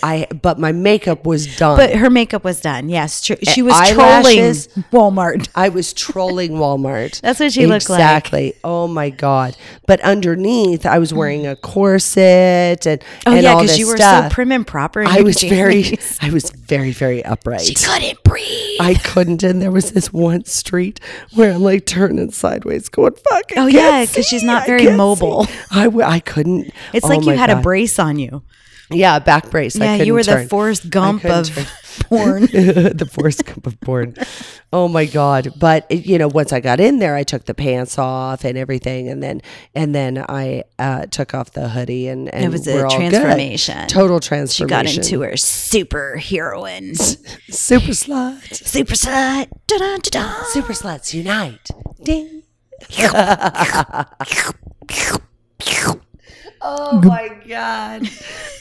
Speaker 3: I but my makeup was done.
Speaker 1: But her makeup was done. Yes, tr- she was
Speaker 3: eyelashes.
Speaker 1: trolling Walmart.
Speaker 3: I was trolling Walmart.
Speaker 1: That's what she looked like.
Speaker 3: Exactly. Oh my god! But underneath, I was wearing a corset and
Speaker 1: Oh
Speaker 3: and
Speaker 1: yeah,
Speaker 3: all
Speaker 1: because
Speaker 3: this
Speaker 1: you were
Speaker 3: stuff.
Speaker 1: so prim and proper. in your
Speaker 3: I was very,
Speaker 1: pajamas.
Speaker 3: I was very, very
Speaker 1: She
Speaker 3: upright.
Speaker 1: couldn't breathe.
Speaker 3: I couldn't, and there was this one street where I'm like turning sideways, going fucking.
Speaker 1: Oh, yeah, 'cause she's not very mobile.
Speaker 3: I I, w- I couldn't.
Speaker 1: It's
Speaker 3: Oh,
Speaker 1: like you
Speaker 3: my
Speaker 1: had a
Speaker 3: God.
Speaker 1: brace on you.
Speaker 3: Yeah, a back brace. I
Speaker 1: yeah,
Speaker 3: couldn't
Speaker 1: you were
Speaker 3: turn.
Speaker 1: the Forrest
Speaker 3: I
Speaker 1: Gump
Speaker 3: couldn't
Speaker 1: of
Speaker 3: turn.
Speaker 1: porn.
Speaker 3: the Forrest Gump of porn. Oh my god! But it- you know, once I got in there, I took the pants off and everything, and then and then I uh, took off the hoodie, and, and
Speaker 1: It was
Speaker 3: we're
Speaker 1: a
Speaker 3: all good.
Speaker 1: transformation.
Speaker 3: total
Speaker 1: She
Speaker 3: transformation.
Speaker 1: got into her super heroine.
Speaker 3: super slut,
Speaker 1: super slut. Da-da, da-da.
Speaker 3: super sluts unite. Ding. Oh my god.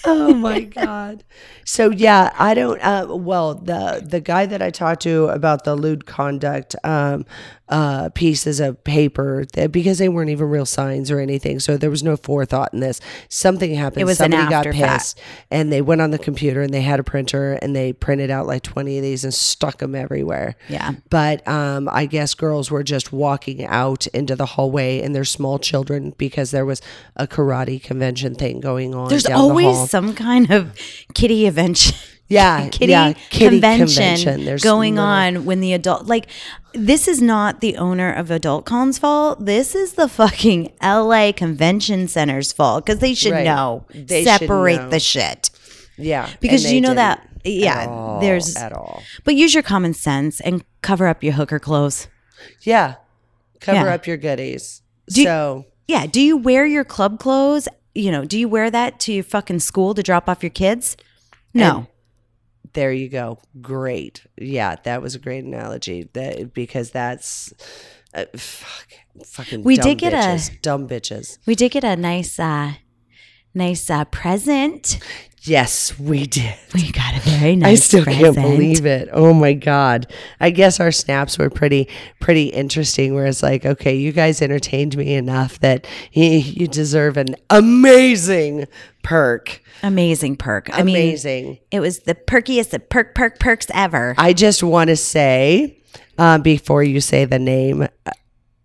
Speaker 3: Oh my god. So yeah, I don't uh well, the the guy that I talked to about the lewd conduct um uh pieces of paper that, because they weren't even real signs or anything. So there was no forethought in this. Something happened.
Speaker 1: It was an
Speaker 3: Somebody got
Speaker 1: after fact.
Speaker 3: pissed and they went on the computer and they had a printer and they printed out like 20 of these and stuck them everywhere.
Speaker 1: Yeah.
Speaker 3: But um, I guess girls were just walking out into the hallway and their small children because there was a karate convention thing going on.
Speaker 1: There's
Speaker 3: down the
Speaker 1: always
Speaker 3: hall.
Speaker 1: some kind of kitty invention.
Speaker 3: yeah,
Speaker 1: kitty,
Speaker 3: yeah, kitty
Speaker 1: convention,
Speaker 3: There's
Speaker 1: going
Speaker 3: little-
Speaker 1: on when the adult like this is not the owner of adult con's fault this is the fucking la convention center's fault because they should
Speaker 3: Right.
Speaker 1: know
Speaker 3: They should
Speaker 1: separate
Speaker 3: know.
Speaker 1: the shit
Speaker 3: Yeah,
Speaker 1: because
Speaker 3: and they
Speaker 1: you know
Speaker 3: didn't
Speaker 1: that
Speaker 3: at
Speaker 1: yeah
Speaker 3: all,
Speaker 1: there's
Speaker 3: at all.
Speaker 1: but use your common sense and cover up your hooker clothes
Speaker 3: Yeah, cover
Speaker 1: Yeah.
Speaker 3: up your goodies.
Speaker 1: Do you-
Speaker 3: so
Speaker 1: yeah do you wear your club clothes you know do you wear that to your fucking school to drop off your kids no
Speaker 3: And- there you go. Great. Yeah, that was a great analogy. That because that's uh, fuck, fucking.
Speaker 1: We
Speaker 3: dumb
Speaker 1: did get a-
Speaker 3: bitches, dumb bitches.
Speaker 1: we did get a nice uh nice uh present
Speaker 3: Yes, we did.
Speaker 1: We got a very nice.
Speaker 3: I still
Speaker 1: present.
Speaker 3: can't believe it. Oh my god! I guess our snaps were pretty, pretty interesting. Where it's like, okay, you guys entertained me enough that you, you deserve an amazing perk.
Speaker 1: Amazing perk. I mean,
Speaker 3: Amazing.
Speaker 1: it was the perkiest of perk perk perks ever.
Speaker 3: I just want to say um, before you say the name,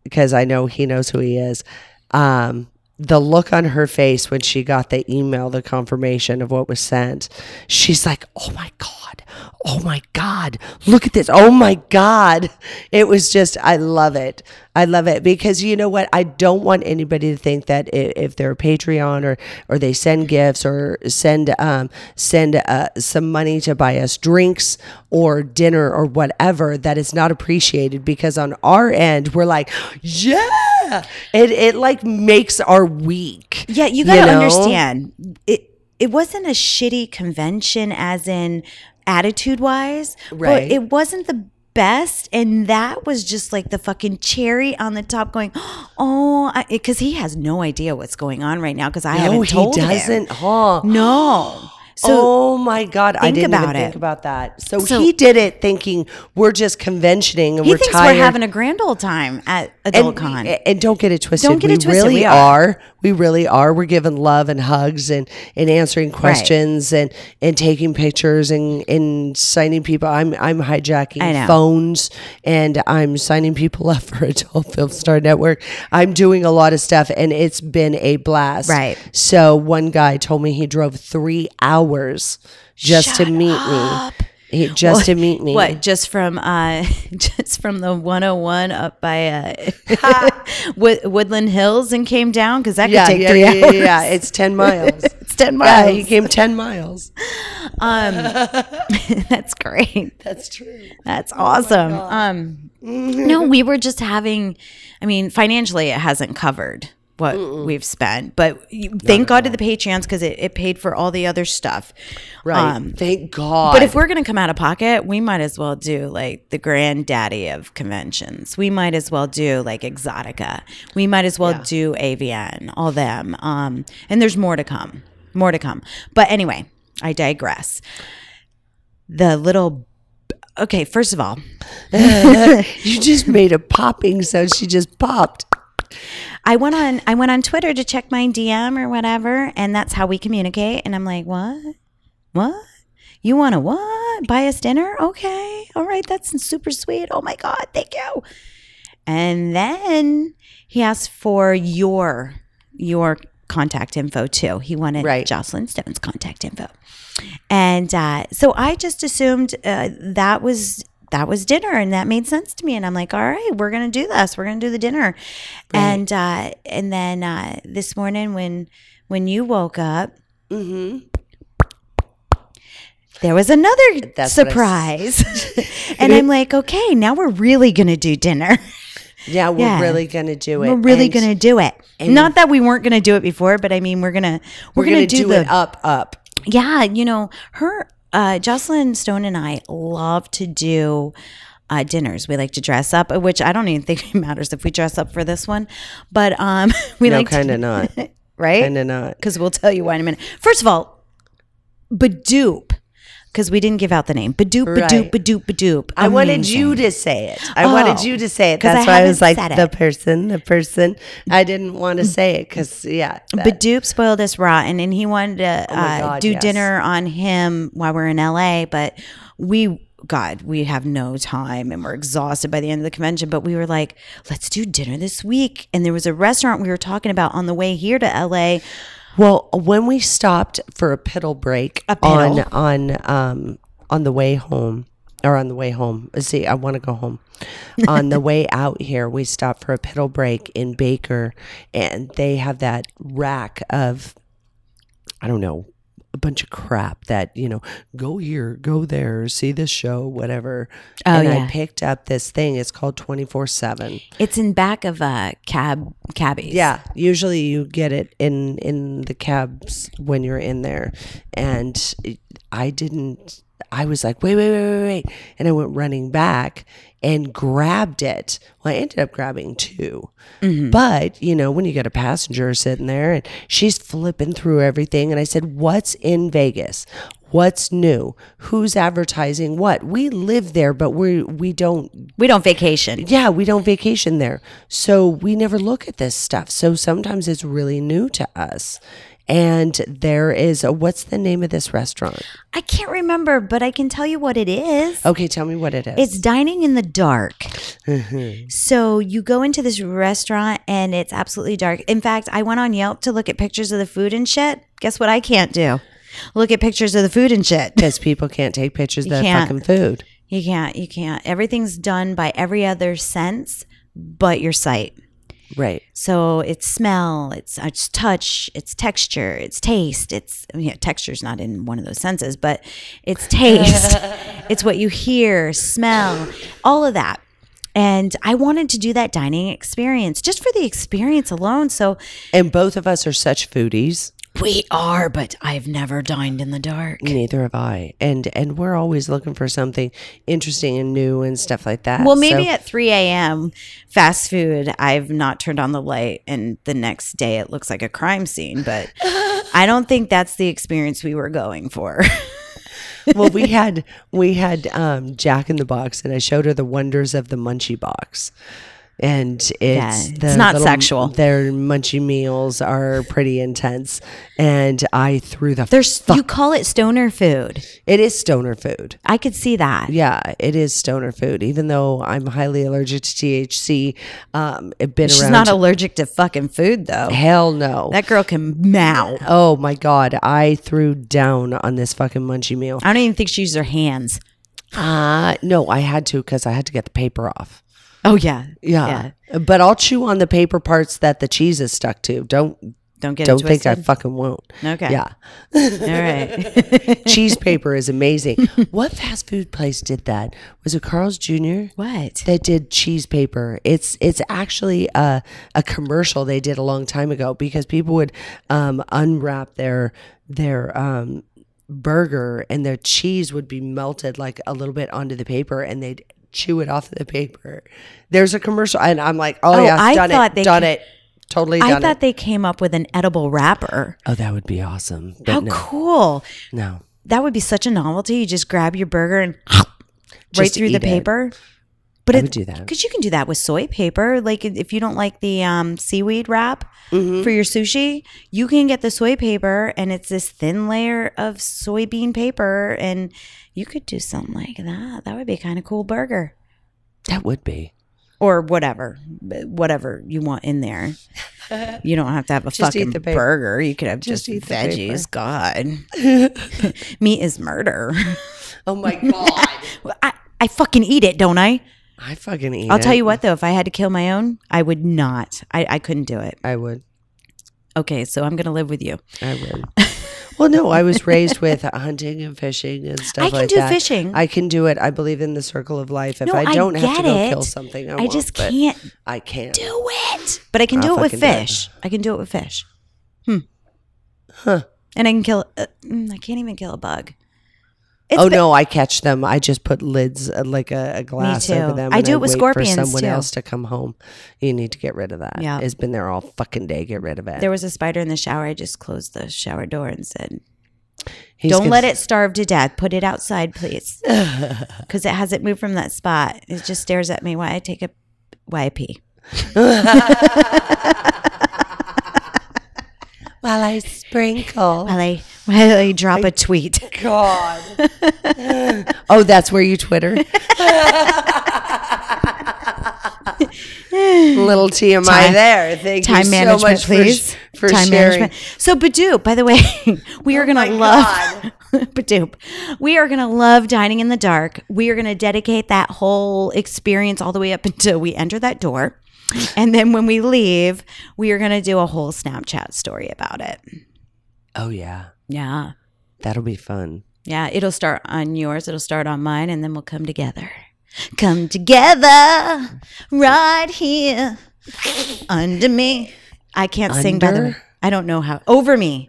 Speaker 3: because I know he knows who he is. Um, the look on her face when she got the email, the confirmation of what was sent, she's like, "Oh my god, oh my god, look at this, oh my god!" It was just, I love it, I love it because you know what? I don't want anybody to think that i- if they're a Patreon or or they send gifts or send um send uh, some money to buy us drinks or dinner or whatever, that it's not appreciated because on our end we're like, yeah, it it like makes our week.
Speaker 1: yeah, you gotta
Speaker 3: know?
Speaker 1: understand. It it wasn't a shitty convention, as in attitude wise.
Speaker 3: Right.
Speaker 1: But it wasn't the best, and that was just like the fucking cherry on the top. Going, oh, because he has no idea what's going on right now. Because I
Speaker 3: No,
Speaker 1: haven't
Speaker 3: he
Speaker 1: told him.
Speaker 3: doesn't. Huh?
Speaker 1: No. So
Speaker 3: oh my God, I
Speaker 1: think
Speaker 3: didn't
Speaker 1: about
Speaker 3: even think
Speaker 1: it.
Speaker 3: about that. So,
Speaker 1: So-
Speaker 3: he did it thinking we're just conventioning and
Speaker 1: he
Speaker 3: we're
Speaker 1: thinks
Speaker 3: tired.
Speaker 1: we're having a grand old time at
Speaker 3: and,
Speaker 1: Adult Con.
Speaker 3: we- and don't get it twisted.
Speaker 1: Don't get
Speaker 3: we
Speaker 1: it twisted,
Speaker 3: Really
Speaker 1: we
Speaker 3: are.
Speaker 1: are.
Speaker 3: We really are. We're giving love and hugs and, and answering questions and, and taking pictures and, and signing people. I'm I'm
Speaker 1: I
Speaker 3: hijacking
Speaker 1: know.
Speaker 3: phones and I'm signing people up for Adult Film Star Network. I'm doing a lot of stuff and it's been a blast.
Speaker 1: Right.
Speaker 3: So one guy told me he drove three hours just to meet me. He, just to meet me.
Speaker 1: What? Just from uh, just from the 101 up by uh, Wood- Woodland Hills and came down because that could
Speaker 3: Yeah,
Speaker 1: take
Speaker 3: yeah,
Speaker 1: three
Speaker 3: yeah, yeah,
Speaker 1: hours.
Speaker 3: yeah. It's ten miles.
Speaker 1: It's ten
Speaker 3: yeah,
Speaker 1: miles.
Speaker 3: he came ten miles.
Speaker 1: That's great.
Speaker 3: That's true.
Speaker 1: That's awesome. um, no, we were just having. I mean, financially, it hasn't covered what we've spent, but you- thank God to the Patreons because it, it paid for all the other stuff.
Speaker 3: Right.
Speaker 1: Um,
Speaker 3: Thank God.
Speaker 1: But if we're going to come out of pocket, we might as well do like the granddaddy of conventions. We might as well do like Exotica. We might as well do AVN, all them. Um, and there's more to come, more to come. But anyway, I digress. The little, okay, first of all,
Speaker 3: you just made a popping sound, she just popped.
Speaker 1: I went on I went on Twitter to check my DM or whatever, and that's how we communicate. And I'm like, what? What? You want to what? Buy us dinner? Okay, all right, that's super sweet. Oh my god, thank you. And then he asked for your your contact info too. He wanted
Speaker 3: Right.
Speaker 1: Jocelyn Stone's contact info, and uh, so I just assumed uh, that was that was dinner, and that made sense to me. And I'm like, all right, we're gonna do this. We're gonna do the dinner, and uh, and then uh, this morning when when you woke up.
Speaker 3: Mm-hmm.
Speaker 1: There was another
Speaker 3: That's what I
Speaker 1: surprise. and I'm like, okay, now we're really going to do dinner.
Speaker 3: Yeah, we're
Speaker 1: Yeah.
Speaker 3: really gonna do it.
Speaker 1: We're really
Speaker 3: And
Speaker 1: going to do it. Not that we weren't going to do it before, but I mean, we're going to we're,
Speaker 3: we're
Speaker 1: going to
Speaker 3: do,
Speaker 1: do, the
Speaker 3: it up, up.
Speaker 1: yeah. You know, her uh, Jocelyn Stone and I love to do. Uh, dinners we like to dress up which i don't even think it matters if we dress up for this one but um we
Speaker 3: no,
Speaker 1: like
Speaker 3: kinda
Speaker 1: to,
Speaker 3: not.
Speaker 1: right
Speaker 3: Kinda not.
Speaker 1: because we'll tell you why in a minute. First of all, Badoop, because we didn't give out the name. Badoop, Badoop,
Speaker 3: Right.
Speaker 1: Badoop, Badoop.
Speaker 3: I wanted you
Speaker 1: Amazing.
Speaker 3: to say it. I
Speaker 1: Oh,
Speaker 3: wanted you to say it.
Speaker 1: 'cause I
Speaker 3: That's why I was like
Speaker 1: haven't said
Speaker 3: the
Speaker 1: it.
Speaker 3: person, the person. I didn't want to say it because yeah. that-
Speaker 1: Badoop spoiled us rotten, and he wanted to
Speaker 3: Oh my
Speaker 1: uh,
Speaker 3: God,
Speaker 1: do
Speaker 3: yes.
Speaker 1: dinner on him while we're in LA, but we. God, we have no time and we're exhausted by the end of the convention. But we were like, let's do dinner this week. And there was a restaurant we were talking about on the way here to LA.
Speaker 3: Well, when we stopped for a piddle break
Speaker 1: piddle?
Speaker 3: on on um on the way home or on the way home. See, I want to go home. on the way out here, we stopped for a piddle break in Baker and they have that rack of I don't know, a bunch of crap that, you know, go here, go there, see this show, whatever.
Speaker 1: Oh,
Speaker 3: and I
Speaker 1: yeah.
Speaker 3: picked up this thing. It's called 24/7.
Speaker 1: It's in back of uh, cab cabbies.
Speaker 3: Yeah, usually you get it in in the cabs when you're in there, and it- I didn't. I was like, wait, wait, wait, wait, wait, and I went running back and grabbed it. Well, I ended up grabbing 2 but you know, when you got a passenger sitting there and she's flipping through everything, and I said, what's in Vegas? What's new? Who's advertising what? We live there, but we we don't
Speaker 1: We don't vacation.
Speaker 3: yeah, we don't vacation there. So we never look at this stuff. So sometimes it's really new to us. And there is a, what's the name of this restaurant?
Speaker 1: I can't remember, but I can tell you what it is.
Speaker 3: Okay, tell me what it is.
Speaker 1: It's dining in the dark. so you go into this restaurant and it's absolutely dark. In fact, I went on Yelp to look at pictures of the food and shit. Guess what I can't do? Look at pictures of the food and shit.
Speaker 3: because people can't take pictures of
Speaker 1: You
Speaker 3: their
Speaker 1: can't.
Speaker 3: fucking food.
Speaker 1: You can't, you can't. Everything's done by every other sense but your sight.
Speaker 3: Right.
Speaker 1: So it's smell, it's, uh, it's touch, it's texture, it's taste. It's I mean, yeah, texture's not in one of those senses, but it's taste. it's what you hear, smell, all of that. And I wanted to do that dining experience just for the experience alone. So
Speaker 3: And both of us are such foodies.
Speaker 1: we are, but I've never dined in the dark.
Speaker 3: Neither have I. And and we're always looking for something interesting and new and stuff like that.
Speaker 1: Well, maybe
Speaker 3: So-
Speaker 1: at 3 a.m., fast food, I've not turned on the light, and the next day it looks like a crime scene. But I don't think that's the experience we were going for.
Speaker 3: well, we had we had um, Jack in the Box, and I showed her the wonders of the Munchie Box. And it's
Speaker 1: Yeah, it's
Speaker 3: the
Speaker 1: not sexual.
Speaker 3: Their munchie meals are pretty intense, and I threw the.
Speaker 1: There's
Speaker 3: fuck-
Speaker 1: you call it stoner food.
Speaker 3: it is stoner food.
Speaker 1: I could see that.
Speaker 3: Yeah, it is stoner food. Even though I'm highly allergic to THC, um, it been
Speaker 1: She's
Speaker 3: around.
Speaker 1: not allergic to fucking food though.
Speaker 3: hell no.
Speaker 1: That girl can mow.
Speaker 3: oh my god, I threw down on this fucking munchie meal.
Speaker 1: I don't even think she used her hands.
Speaker 3: Uh no, I had to because I had to get the paper off.
Speaker 1: Oh yeah,
Speaker 3: Yeah. But I'll chew on the paper parts that the cheese is stuck to. Don't
Speaker 1: Don't get
Speaker 3: don't
Speaker 1: it
Speaker 3: think I
Speaker 1: twisted.
Speaker 3: fucking won't.
Speaker 1: okay.
Speaker 3: Yeah.
Speaker 1: All right.
Speaker 3: cheese paper is amazing. what fast food place did that? Was it Carl's Jr.?
Speaker 1: what?
Speaker 3: That did cheese paper. It's it's actually a, a commercial they did a long time ago because people would um, unwrap their their um, burger and their cheese would be melted like a little bit onto the paper and they'd chew it off of the paper. There's a commercial and I'm like, oh,
Speaker 1: Oh,
Speaker 3: yeah,
Speaker 1: I
Speaker 3: done
Speaker 1: thought
Speaker 3: it,
Speaker 1: they
Speaker 3: done
Speaker 1: ca-
Speaker 3: it, totally
Speaker 1: I
Speaker 3: done
Speaker 1: thought
Speaker 3: it.
Speaker 1: they came up with an edible wrapper.
Speaker 3: oh, that would be awesome. But
Speaker 1: How
Speaker 3: no,
Speaker 1: cool!
Speaker 3: no,
Speaker 1: That would be such a novelty. You just grab your burger and right
Speaker 3: Just
Speaker 1: through
Speaker 3: eat
Speaker 1: the
Speaker 3: it.
Speaker 1: paper. But
Speaker 3: I
Speaker 1: it-
Speaker 3: would do that.
Speaker 1: Because you can do that with soy paper. Like if you don't like the um, seaweed wrap
Speaker 3: Mm-hmm.
Speaker 1: for your sushi, you can get the soy paper, and it's this thin layer of soybean paper, and you could do something like that. That would be kind of cool burger
Speaker 3: That would be.
Speaker 1: or whatever, whatever you want in there. You don't have to have a
Speaker 3: Just eat
Speaker 1: fucking
Speaker 3: the paper.
Speaker 1: burger. You could have just,
Speaker 3: Just eat the
Speaker 1: veggies. God, meat is murder.
Speaker 3: Oh my god.
Speaker 1: Well, I, I fucking eat it, don't I?
Speaker 3: I fucking eat
Speaker 1: I'll
Speaker 3: it.
Speaker 1: tell you what though, if I had to kill my own, I would not. I, I couldn't do it.
Speaker 3: I would.
Speaker 1: Okay, so I'm gonna live with you.
Speaker 3: I would. well, no, I was raised with hunting and fishing and stuff
Speaker 1: I can
Speaker 3: like
Speaker 1: do
Speaker 3: that.
Speaker 1: fishing.
Speaker 3: I can do it. I believe in the circle of life. If
Speaker 1: No,
Speaker 3: I
Speaker 1: I
Speaker 3: don't have
Speaker 1: get
Speaker 3: to go kill
Speaker 1: it.
Speaker 3: something, I,
Speaker 1: I,
Speaker 3: won't,
Speaker 1: just
Speaker 3: but
Speaker 1: can't
Speaker 3: I can't.
Speaker 1: do it. But I can do
Speaker 3: I'll
Speaker 1: it with
Speaker 3: fucking do it.
Speaker 1: fish. I can do it with fish. Hmm. Huh. And I can kill. Uh, mm, I can't even kill a bug. It's
Speaker 3: oh
Speaker 1: been-
Speaker 3: no, I catch them. I just put lids uh, like a, a glass
Speaker 1: too.
Speaker 3: over them.
Speaker 1: I
Speaker 3: and
Speaker 1: do it with
Speaker 3: wait
Speaker 1: scorpions,
Speaker 3: for someone
Speaker 1: too.
Speaker 3: else to come home. You need to get rid of that.
Speaker 1: Yeah.
Speaker 3: it's been there all fucking day. Get rid of it.
Speaker 1: There was a spider in the shower. I just closed the shower door and said,
Speaker 3: He's
Speaker 1: "Don't
Speaker 3: gonna-
Speaker 1: let it starve to death. Put it outside, please, because it hasn't moved from that spot. It just stares at me while I take a while I pee."
Speaker 3: While I sprinkle.
Speaker 1: While I while I drop a tweet.
Speaker 3: God. oh, that's where you Twitter. Little TMI
Speaker 1: Time-
Speaker 3: there. Thank you
Speaker 1: time
Speaker 3: so
Speaker 1: management,
Speaker 3: much for sh-
Speaker 1: please.
Speaker 3: for,
Speaker 1: time
Speaker 3: sharing. Oh
Speaker 1: management. So Badoop, by the way, we are gonna love Badoop. We are gonna love dining in the dark. We are gonna dedicate that whole experience all the way up until we enter that door. And then when we leave, we are gonna do a whole Snapchat story about it.
Speaker 3: Oh yeah,
Speaker 1: Yeah.
Speaker 3: that'll be fun.
Speaker 1: Yeah. It'll start on yours, it'll start on mine, and then we'll come together. Come together right here under me. I can't sing by the way.
Speaker 3: Under?
Speaker 1: I don't know how. Over me.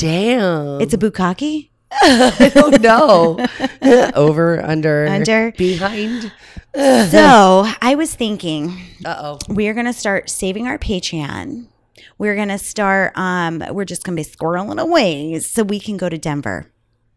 Speaker 3: Damn.
Speaker 1: It's a bukkake.
Speaker 3: oh no. Over, under,
Speaker 1: Under.
Speaker 3: behind.
Speaker 1: So I was thinking
Speaker 3: Uh oh.
Speaker 1: we're gonna start saving our Patreon. We're gonna start. Um, we're just gonna be squirreling away so we can go to Denver.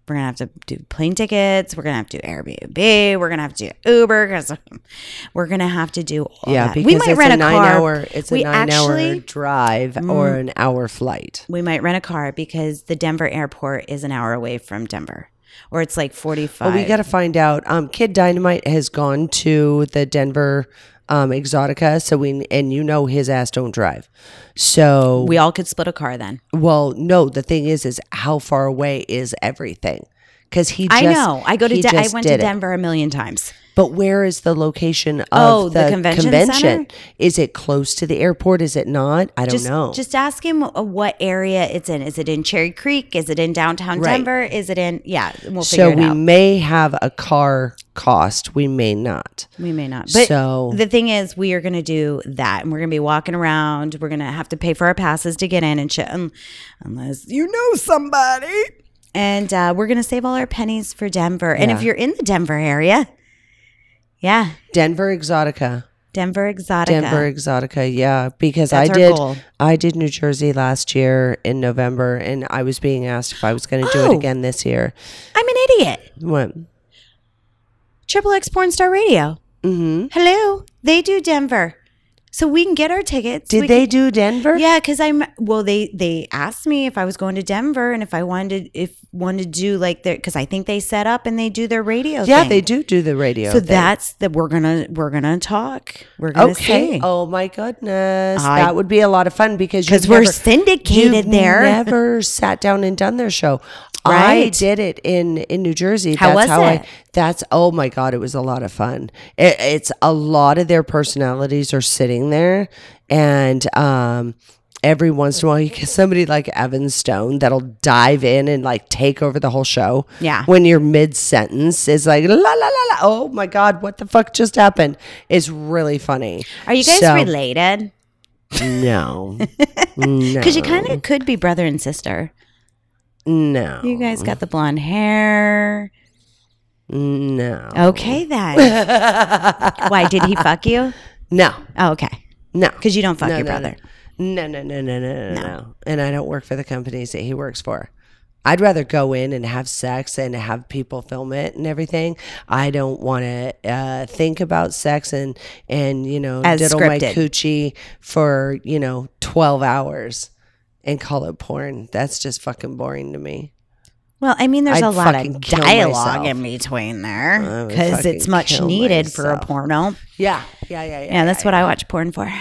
Speaker 1: We're gonna have to do plane tickets. We're gonna have to do Airbnb. We're gonna have to do Uber because we're gonna have to do. All
Speaker 3: Yeah,
Speaker 1: that.
Speaker 3: because
Speaker 1: we might
Speaker 3: it's
Speaker 1: rent
Speaker 3: a nine
Speaker 1: car.
Speaker 3: hour. It's a
Speaker 1: We
Speaker 3: nine hour
Speaker 1: actually- Mm.
Speaker 3: drive or an hour flight.
Speaker 1: We might rent a car because the Denver airport is an hour away from Denver, or it's like forty five.
Speaker 3: Well, we got to find out. Um, Kid Dynamite has gone to the Denver um, Exotica, so we and you know his ass don't drive. So,
Speaker 1: we all could split a car then.
Speaker 3: well, no. The thing is, is how far away is everything? Because he, just,
Speaker 1: I know. I go to.
Speaker 3: he
Speaker 1: De- I
Speaker 3: just
Speaker 1: went
Speaker 3: did
Speaker 1: to
Speaker 3: it.
Speaker 1: Denver a million times.
Speaker 3: But where is the location of
Speaker 1: Oh,
Speaker 3: the,
Speaker 1: the
Speaker 3: convention?
Speaker 1: convention center?
Speaker 3: Is it close to the airport? Is it not? I don't
Speaker 1: just,
Speaker 3: know.
Speaker 1: Just ask him uh, what area it's in. Is it in Cherry Creek? Is it in downtown
Speaker 3: Right.
Speaker 1: Denver? Is it in? Yeah, we'll
Speaker 3: so
Speaker 1: figure it
Speaker 3: we
Speaker 1: out.
Speaker 3: may have a car cost. We may not.
Speaker 1: We may not. But
Speaker 3: So-
Speaker 1: the thing is, we are going to do that, and we're going to be walking around. We're going to have to pay for our passes to get in and shit, un- unless you know somebody. And uh, we're going to save all our pennies for Denver. And if
Speaker 3: Yeah.
Speaker 1: you're in the Denver area, yeah,
Speaker 3: Denver Exotica.
Speaker 1: Denver Exotica.
Speaker 3: Denver Exotica, yeah, because
Speaker 1: That's
Speaker 3: I
Speaker 1: our
Speaker 3: did
Speaker 1: goal.
Speaker 3: I did New Jersey last year in November, and I was being asked if I was going to do
Speaker 1: Oh.
Speaker 3: it again this year.
Speaker 1: I'm an idiot.
Speaker 3: What?
Speaker 1: Triple X Pornstar Radio.
Speaker 3: Mm-hmm.
Speaker 1: Hello. They do Denver. So we can get our tickets.
Speaker 3: Did
Speaker 1: We
Speaker 3: they
Speaker 1: can-
Speaker 3: do Denver?
Speaker 1: Yeah, because I'm well. They they asked me if I was going to Denver and if I wanted to, if wanted to do like their because I think they set up and they do their radio.
Speaker 3: yeah,
Speaker 1: thing.
Speaker 3: they do do the radio.
Speaker 1: So
Speaker 3: thing.
Speaker 1: that's that we're gonna we're gonna talk. We're gonna
Speaker 3: okay.
Speaker 1: see.
Speaker 3: Oh my goodness,
Speaker 1: I-
Speaker 3: that would be a lot of fun because
Speaker 1: because
Speaker 3: you've
Speaker 1: we're
Speaker 3: never-
Speaker 1: syndicated
Speaker 3: you've
Speaker 1: there.
Speaker 3: Never sat down and done their show. I
Speaker 1: Right.
Speaker 3: did it in in New Jersey.
Speaker 1: How
Speaker 3: that's
Speaker 1: was
Speaker 3: how
Speaker 1: it?
Speaker 3: I that's oh my god, it was a lot of fun. It, it's a lot of their personalities are sitting there and um Every once in a while, you get somebody like Evan Stone that'll dive in and like take over the whole show.
Speaker 1: Yeah.
Speaker 3: When you're mid sentence is like, la, la, la, la. Oh my God, what the fuck just happened? It's really funny.
Speaker 1: Are you guys
Speaker 3: So-
Speaker 1: related?
Speaker 3: No.
Speaker 1: Because you kind
Speaker 3: Oh.
Speaker 1: of could be brother and sister.
Speaker 3: No.
Speaker 1: You guys got the blonde hair.
Speaker 3: No. Oh.
Speaker 1: Okay then. Why did he fuck you?
Speaker 3: No.
Speaker 1: Oh, okay.
Speaker 3: No.
Speaker 1: Because you don't fuck
Speaker 3: No,
Speaker 1: your
Speaker 3: no, no.
Speaker 1: brother.
Speaker 3: No, no, no, no, no, no, no. And I don't work for the companies that he works for. I'd rather go in and have sex and have people film it and everything. I don't want to uh, think about sex and and you know
Speaker 1: As
Speaker 3: diddle my
Speaker 1: scripted.
Speaker 3: coochie for you know twelve hours and call it porn. That's just fucking boring to me.
Speaker 1: Well, I mean, there's
Speaker 3: I'd
Speaker 1: a lot of
Speaker 3: fucking kill
Speaker 1: dialogue
Speaker 3: myself.
Speaker 1: in between
Speaker 3: I
Speaker 1: there
Speaker 3: would
Speaker 1: because
Speaker 3: fucking
Speaker 1: it's much
Speaker 3: kill
Speaker 1: needed for a
Speaker 3: myself.
Speaker 1: porno.
Speaker 3: Yeah, yeah, yeah, yeah.
Speaker 1: Yeah, that's what I watch porn for.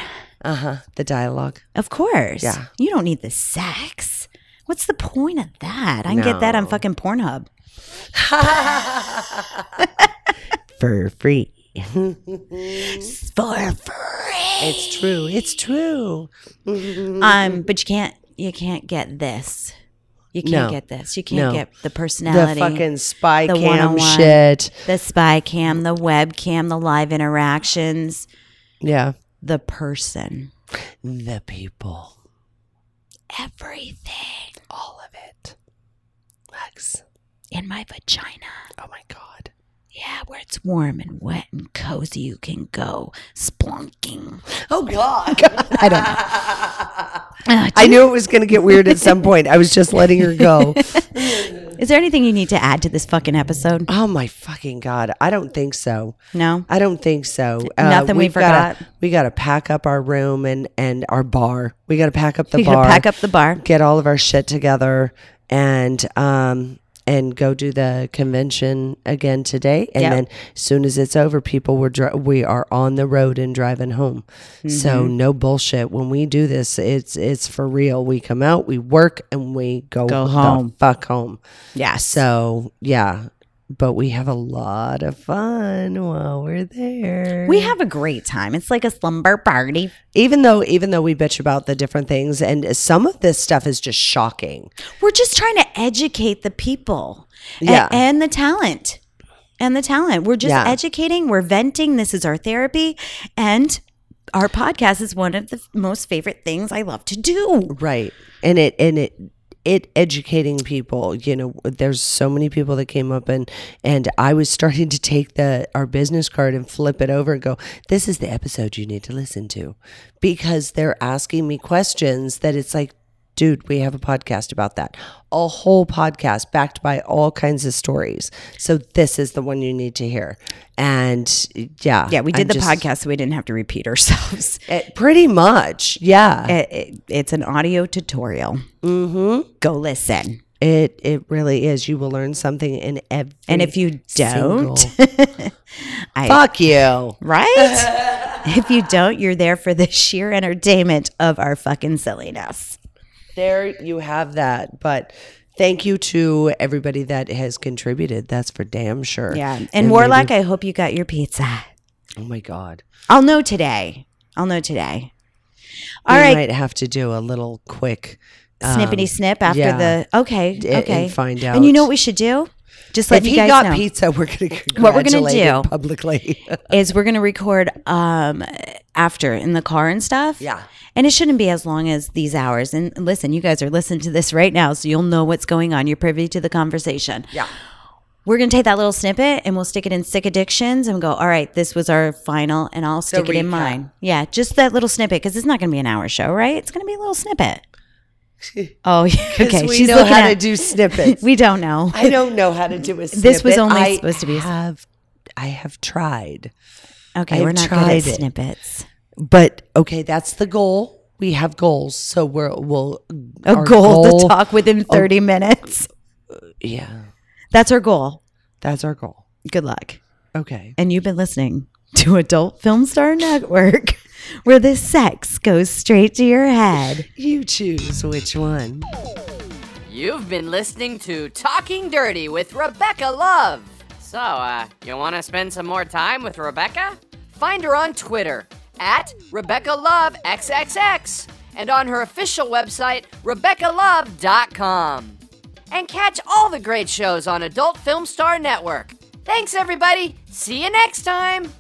Speaker 3: Uh huh. The dialogue.
Speaker 1: Of course.
Speaker 3: Yeah.
Speaker 1: You don't need the sex. What's the point of that? I can get that on
Speaker 3: No.
Speaker 1: fucking Pornhub.
Speaker 3: for free.
Speaker 1: For free.
Speaker 3: It's true. It's true.
Speaker 1: Um, but you can't you can't get this. You can't
Speaker 3: No.
Speaker 1: get this. You can't
Speaker 3: No.
Speaker 1: get the
Speaker 3: The
Speaker 1: personality.
Speaker 3: fucking spy
Speaker 1: The
Speaker 3: cam
Speaker 1: 101.
Speaker 3: shit.
Speaker 1: the spy cam, the web cam, the live interactions,
Speaker 3: Yeah.
Speaker 1: the person.
Speaker 3: The people.
Speaker 1: Everything
Speaker 3: All of it. Lex.
Speaker 1: in my vagina.
Speaker 3: Oh my God.
Speaker 1: Yeah, where it's warm and wet and cozy, you can go splunking.
Speaker 3: Oh God.
Speaker 1: I don't know. Uh,
Speaker 3: I knew it was going to get weird at some point. I was just letting her go.
Speaker 1: is there anything you need to add to this fucking episode?
Speaker 3: oh my fucking God. I don't think so.
Speaker 1: No.
Speaker 3: I don't think so. Uh,
Speaker 1: Nothing we
Speaker 3: we've gotta-
Speaker 1: forgot?
Speaker 3: we got to pack up our room and, and our bar. We got to pack up the
Speaker 1: You
Speaker 3: bar.
Speaker 1: gotta pack up the bar.
Speaker 3: get all of our shit together and um and go do the convention again today and
Speaker 1: Yep.
Speaker 3: then as soon as it's over people were dri- we are on the road and driving home so
Speaker 1: Mm-hmm.
Speaker 3: no bullshit when we do this it's it's for real we come out we work and we go,
Speaker 1: Go
Speaker 3: the
Speaker 1: home.
Speaker 3: fuck home
Speaker 1: Yeah.
Speaker 3: so yeah but we have a lot of fun while we're there
Speaker 1: We have a great time. It's like a slumber party.
Speaker 3: even though even though we bitch about the different things and some of this stuff is just shocking
Speaker 1: We're just trying to educate the people a-
Speaker 3: Yeah.
Speaker 1: and, the talent. And the talent. We're just
Speaker 3: Yeah.
Speaker 1: educating, we're venting. This is our therapy. And our podcast is one of the f- most favorite things I love to do.
Speaker 3: right and it and it it educating people you know there's so many people that came up and and i was starting to take the our business card and flip it over and go this is the episode you need to listen to because they're asking me questions that it's like dude we have a podcast about that a whole podcast backed by all kinds of stories so this is the one you need to hear and yeah
Speaker 1: Yeah, we
Speaker 3: I'm
Speaker 1: did the
Speaker 3: just-
Speaker 1: podcast so we didn't have to repeat ourselves.
Speaker 3: eh, pretty much yeah
Speaker 1: It- it- it's an audio tutorial.
Speaker 3: mm-hmm
Speaker 1: Go listen.
Speaker 3: It it really is. You will learn something in every
Speaker 1: And if you don't,
Speaker 3: single-
Speaker 1: I-
Speaker 3: fuck you.
Speaker 1: right? if you don't, you're there for the sheer entertainment of our fucking silliness.
Speaker 3: There you have that. But thank you to everybody that has contributed. That's for damn sure.
Speaker 1: Yeah. And,
Speaker 3: maybe-
Speaker 1: Warlock, I hope you got your pizza.
Speaker 3: oh my god.
Speaker 1: I'll know today. I'll know today. All
Speaker 3: we
Speaker 1: right.
Speaker 3: might have to do a little quick um,
Speaker 1: Snippity snip after
Speaker 3: yeah.
Speaker 1: the okay.
Speaker 3: d-
Speaker 1: Okay.
Speaker 3: and find out.
Speaker 1: And you know what we should do? Just let
Speaker 3: if
Speaker 1: you
Speaker 3: he
Speaker 1: guys
Speaker 3: got
Speaker 1: know
Speaker 3: pizza, we're gonna congratulate
Speaker 1: What we're gonna
Speaker 3: him
Speaker 1: do-
Speaker 3: publicly.
Speaker 1: is we're gonna record um after in the car and stuff.
Speaker 3: yeah.
Speaker 1: And it shouldn't be as long as these hours. And listen, you guys are listening to this right now, so you'll know what's going on. You're privy to the conversation.
Speaker 3: Yeah.
Speaker 1: We're going to take that little snippet and we'll stick it in sick addictions and go, all right, this was our final and I'll
Speaker 3: So
Speaker 1: stick it in
Speaker 3: recap.
Speaker 1: mine. Yeah, just that little snippet because it's not going to be an hour show, right? It's going to be a little snippet. Oh, yeah.
Speaker 3: 'Cause
Speaker 1: okay.
Speaker 3: we
Speaker 1: She's
Speaker 3: know
Speaker 1: looking
Speaker 3: how to
Speaker 1: at-
Speaker 3: do snippets.
Speaker 1: We don't know.
Speaker 3: I don't know how to do a snippet.
Speaker 1: This was only
Speaker 3: I
Speaker 1: supposed to be a-
Speaker 3: Have, I have tried,
Speaker 1: okay,
Speaker 3: I've
Speaker 1: we're not
Speaker 3: tried
Speaker 1: good at
Speaker 3: it.
Speaker 1: snippets.
Speaker 3: but okay, that's the goal. We have goals, so we're we'll
Speaker 1: A
Speaker 3: our Oh.
Speaker 1: goal, to talk within 30 minutes.
Speaker 3: Yeah,
Speaker 1: That's our goal.
Speaker 3: that's our goal.
Speaker 1: Good luck.
Speaker 3: Okay,
Speaker 1: And you've been listening to Adult Film Star Network, where the sex goes straight to your head.
Speaker 3: you choose which one.
Speaker 2: You've been listening to Talking Dirty with Rebecca Love. So, uh, you want to spend some more time with Rebecca? Find her on Twitter at Rebecca Love XXX and on her official website, RebeccaLove.com. And catch all the great shows on Adult Film Star Network. Thanks, everybody. See you next time.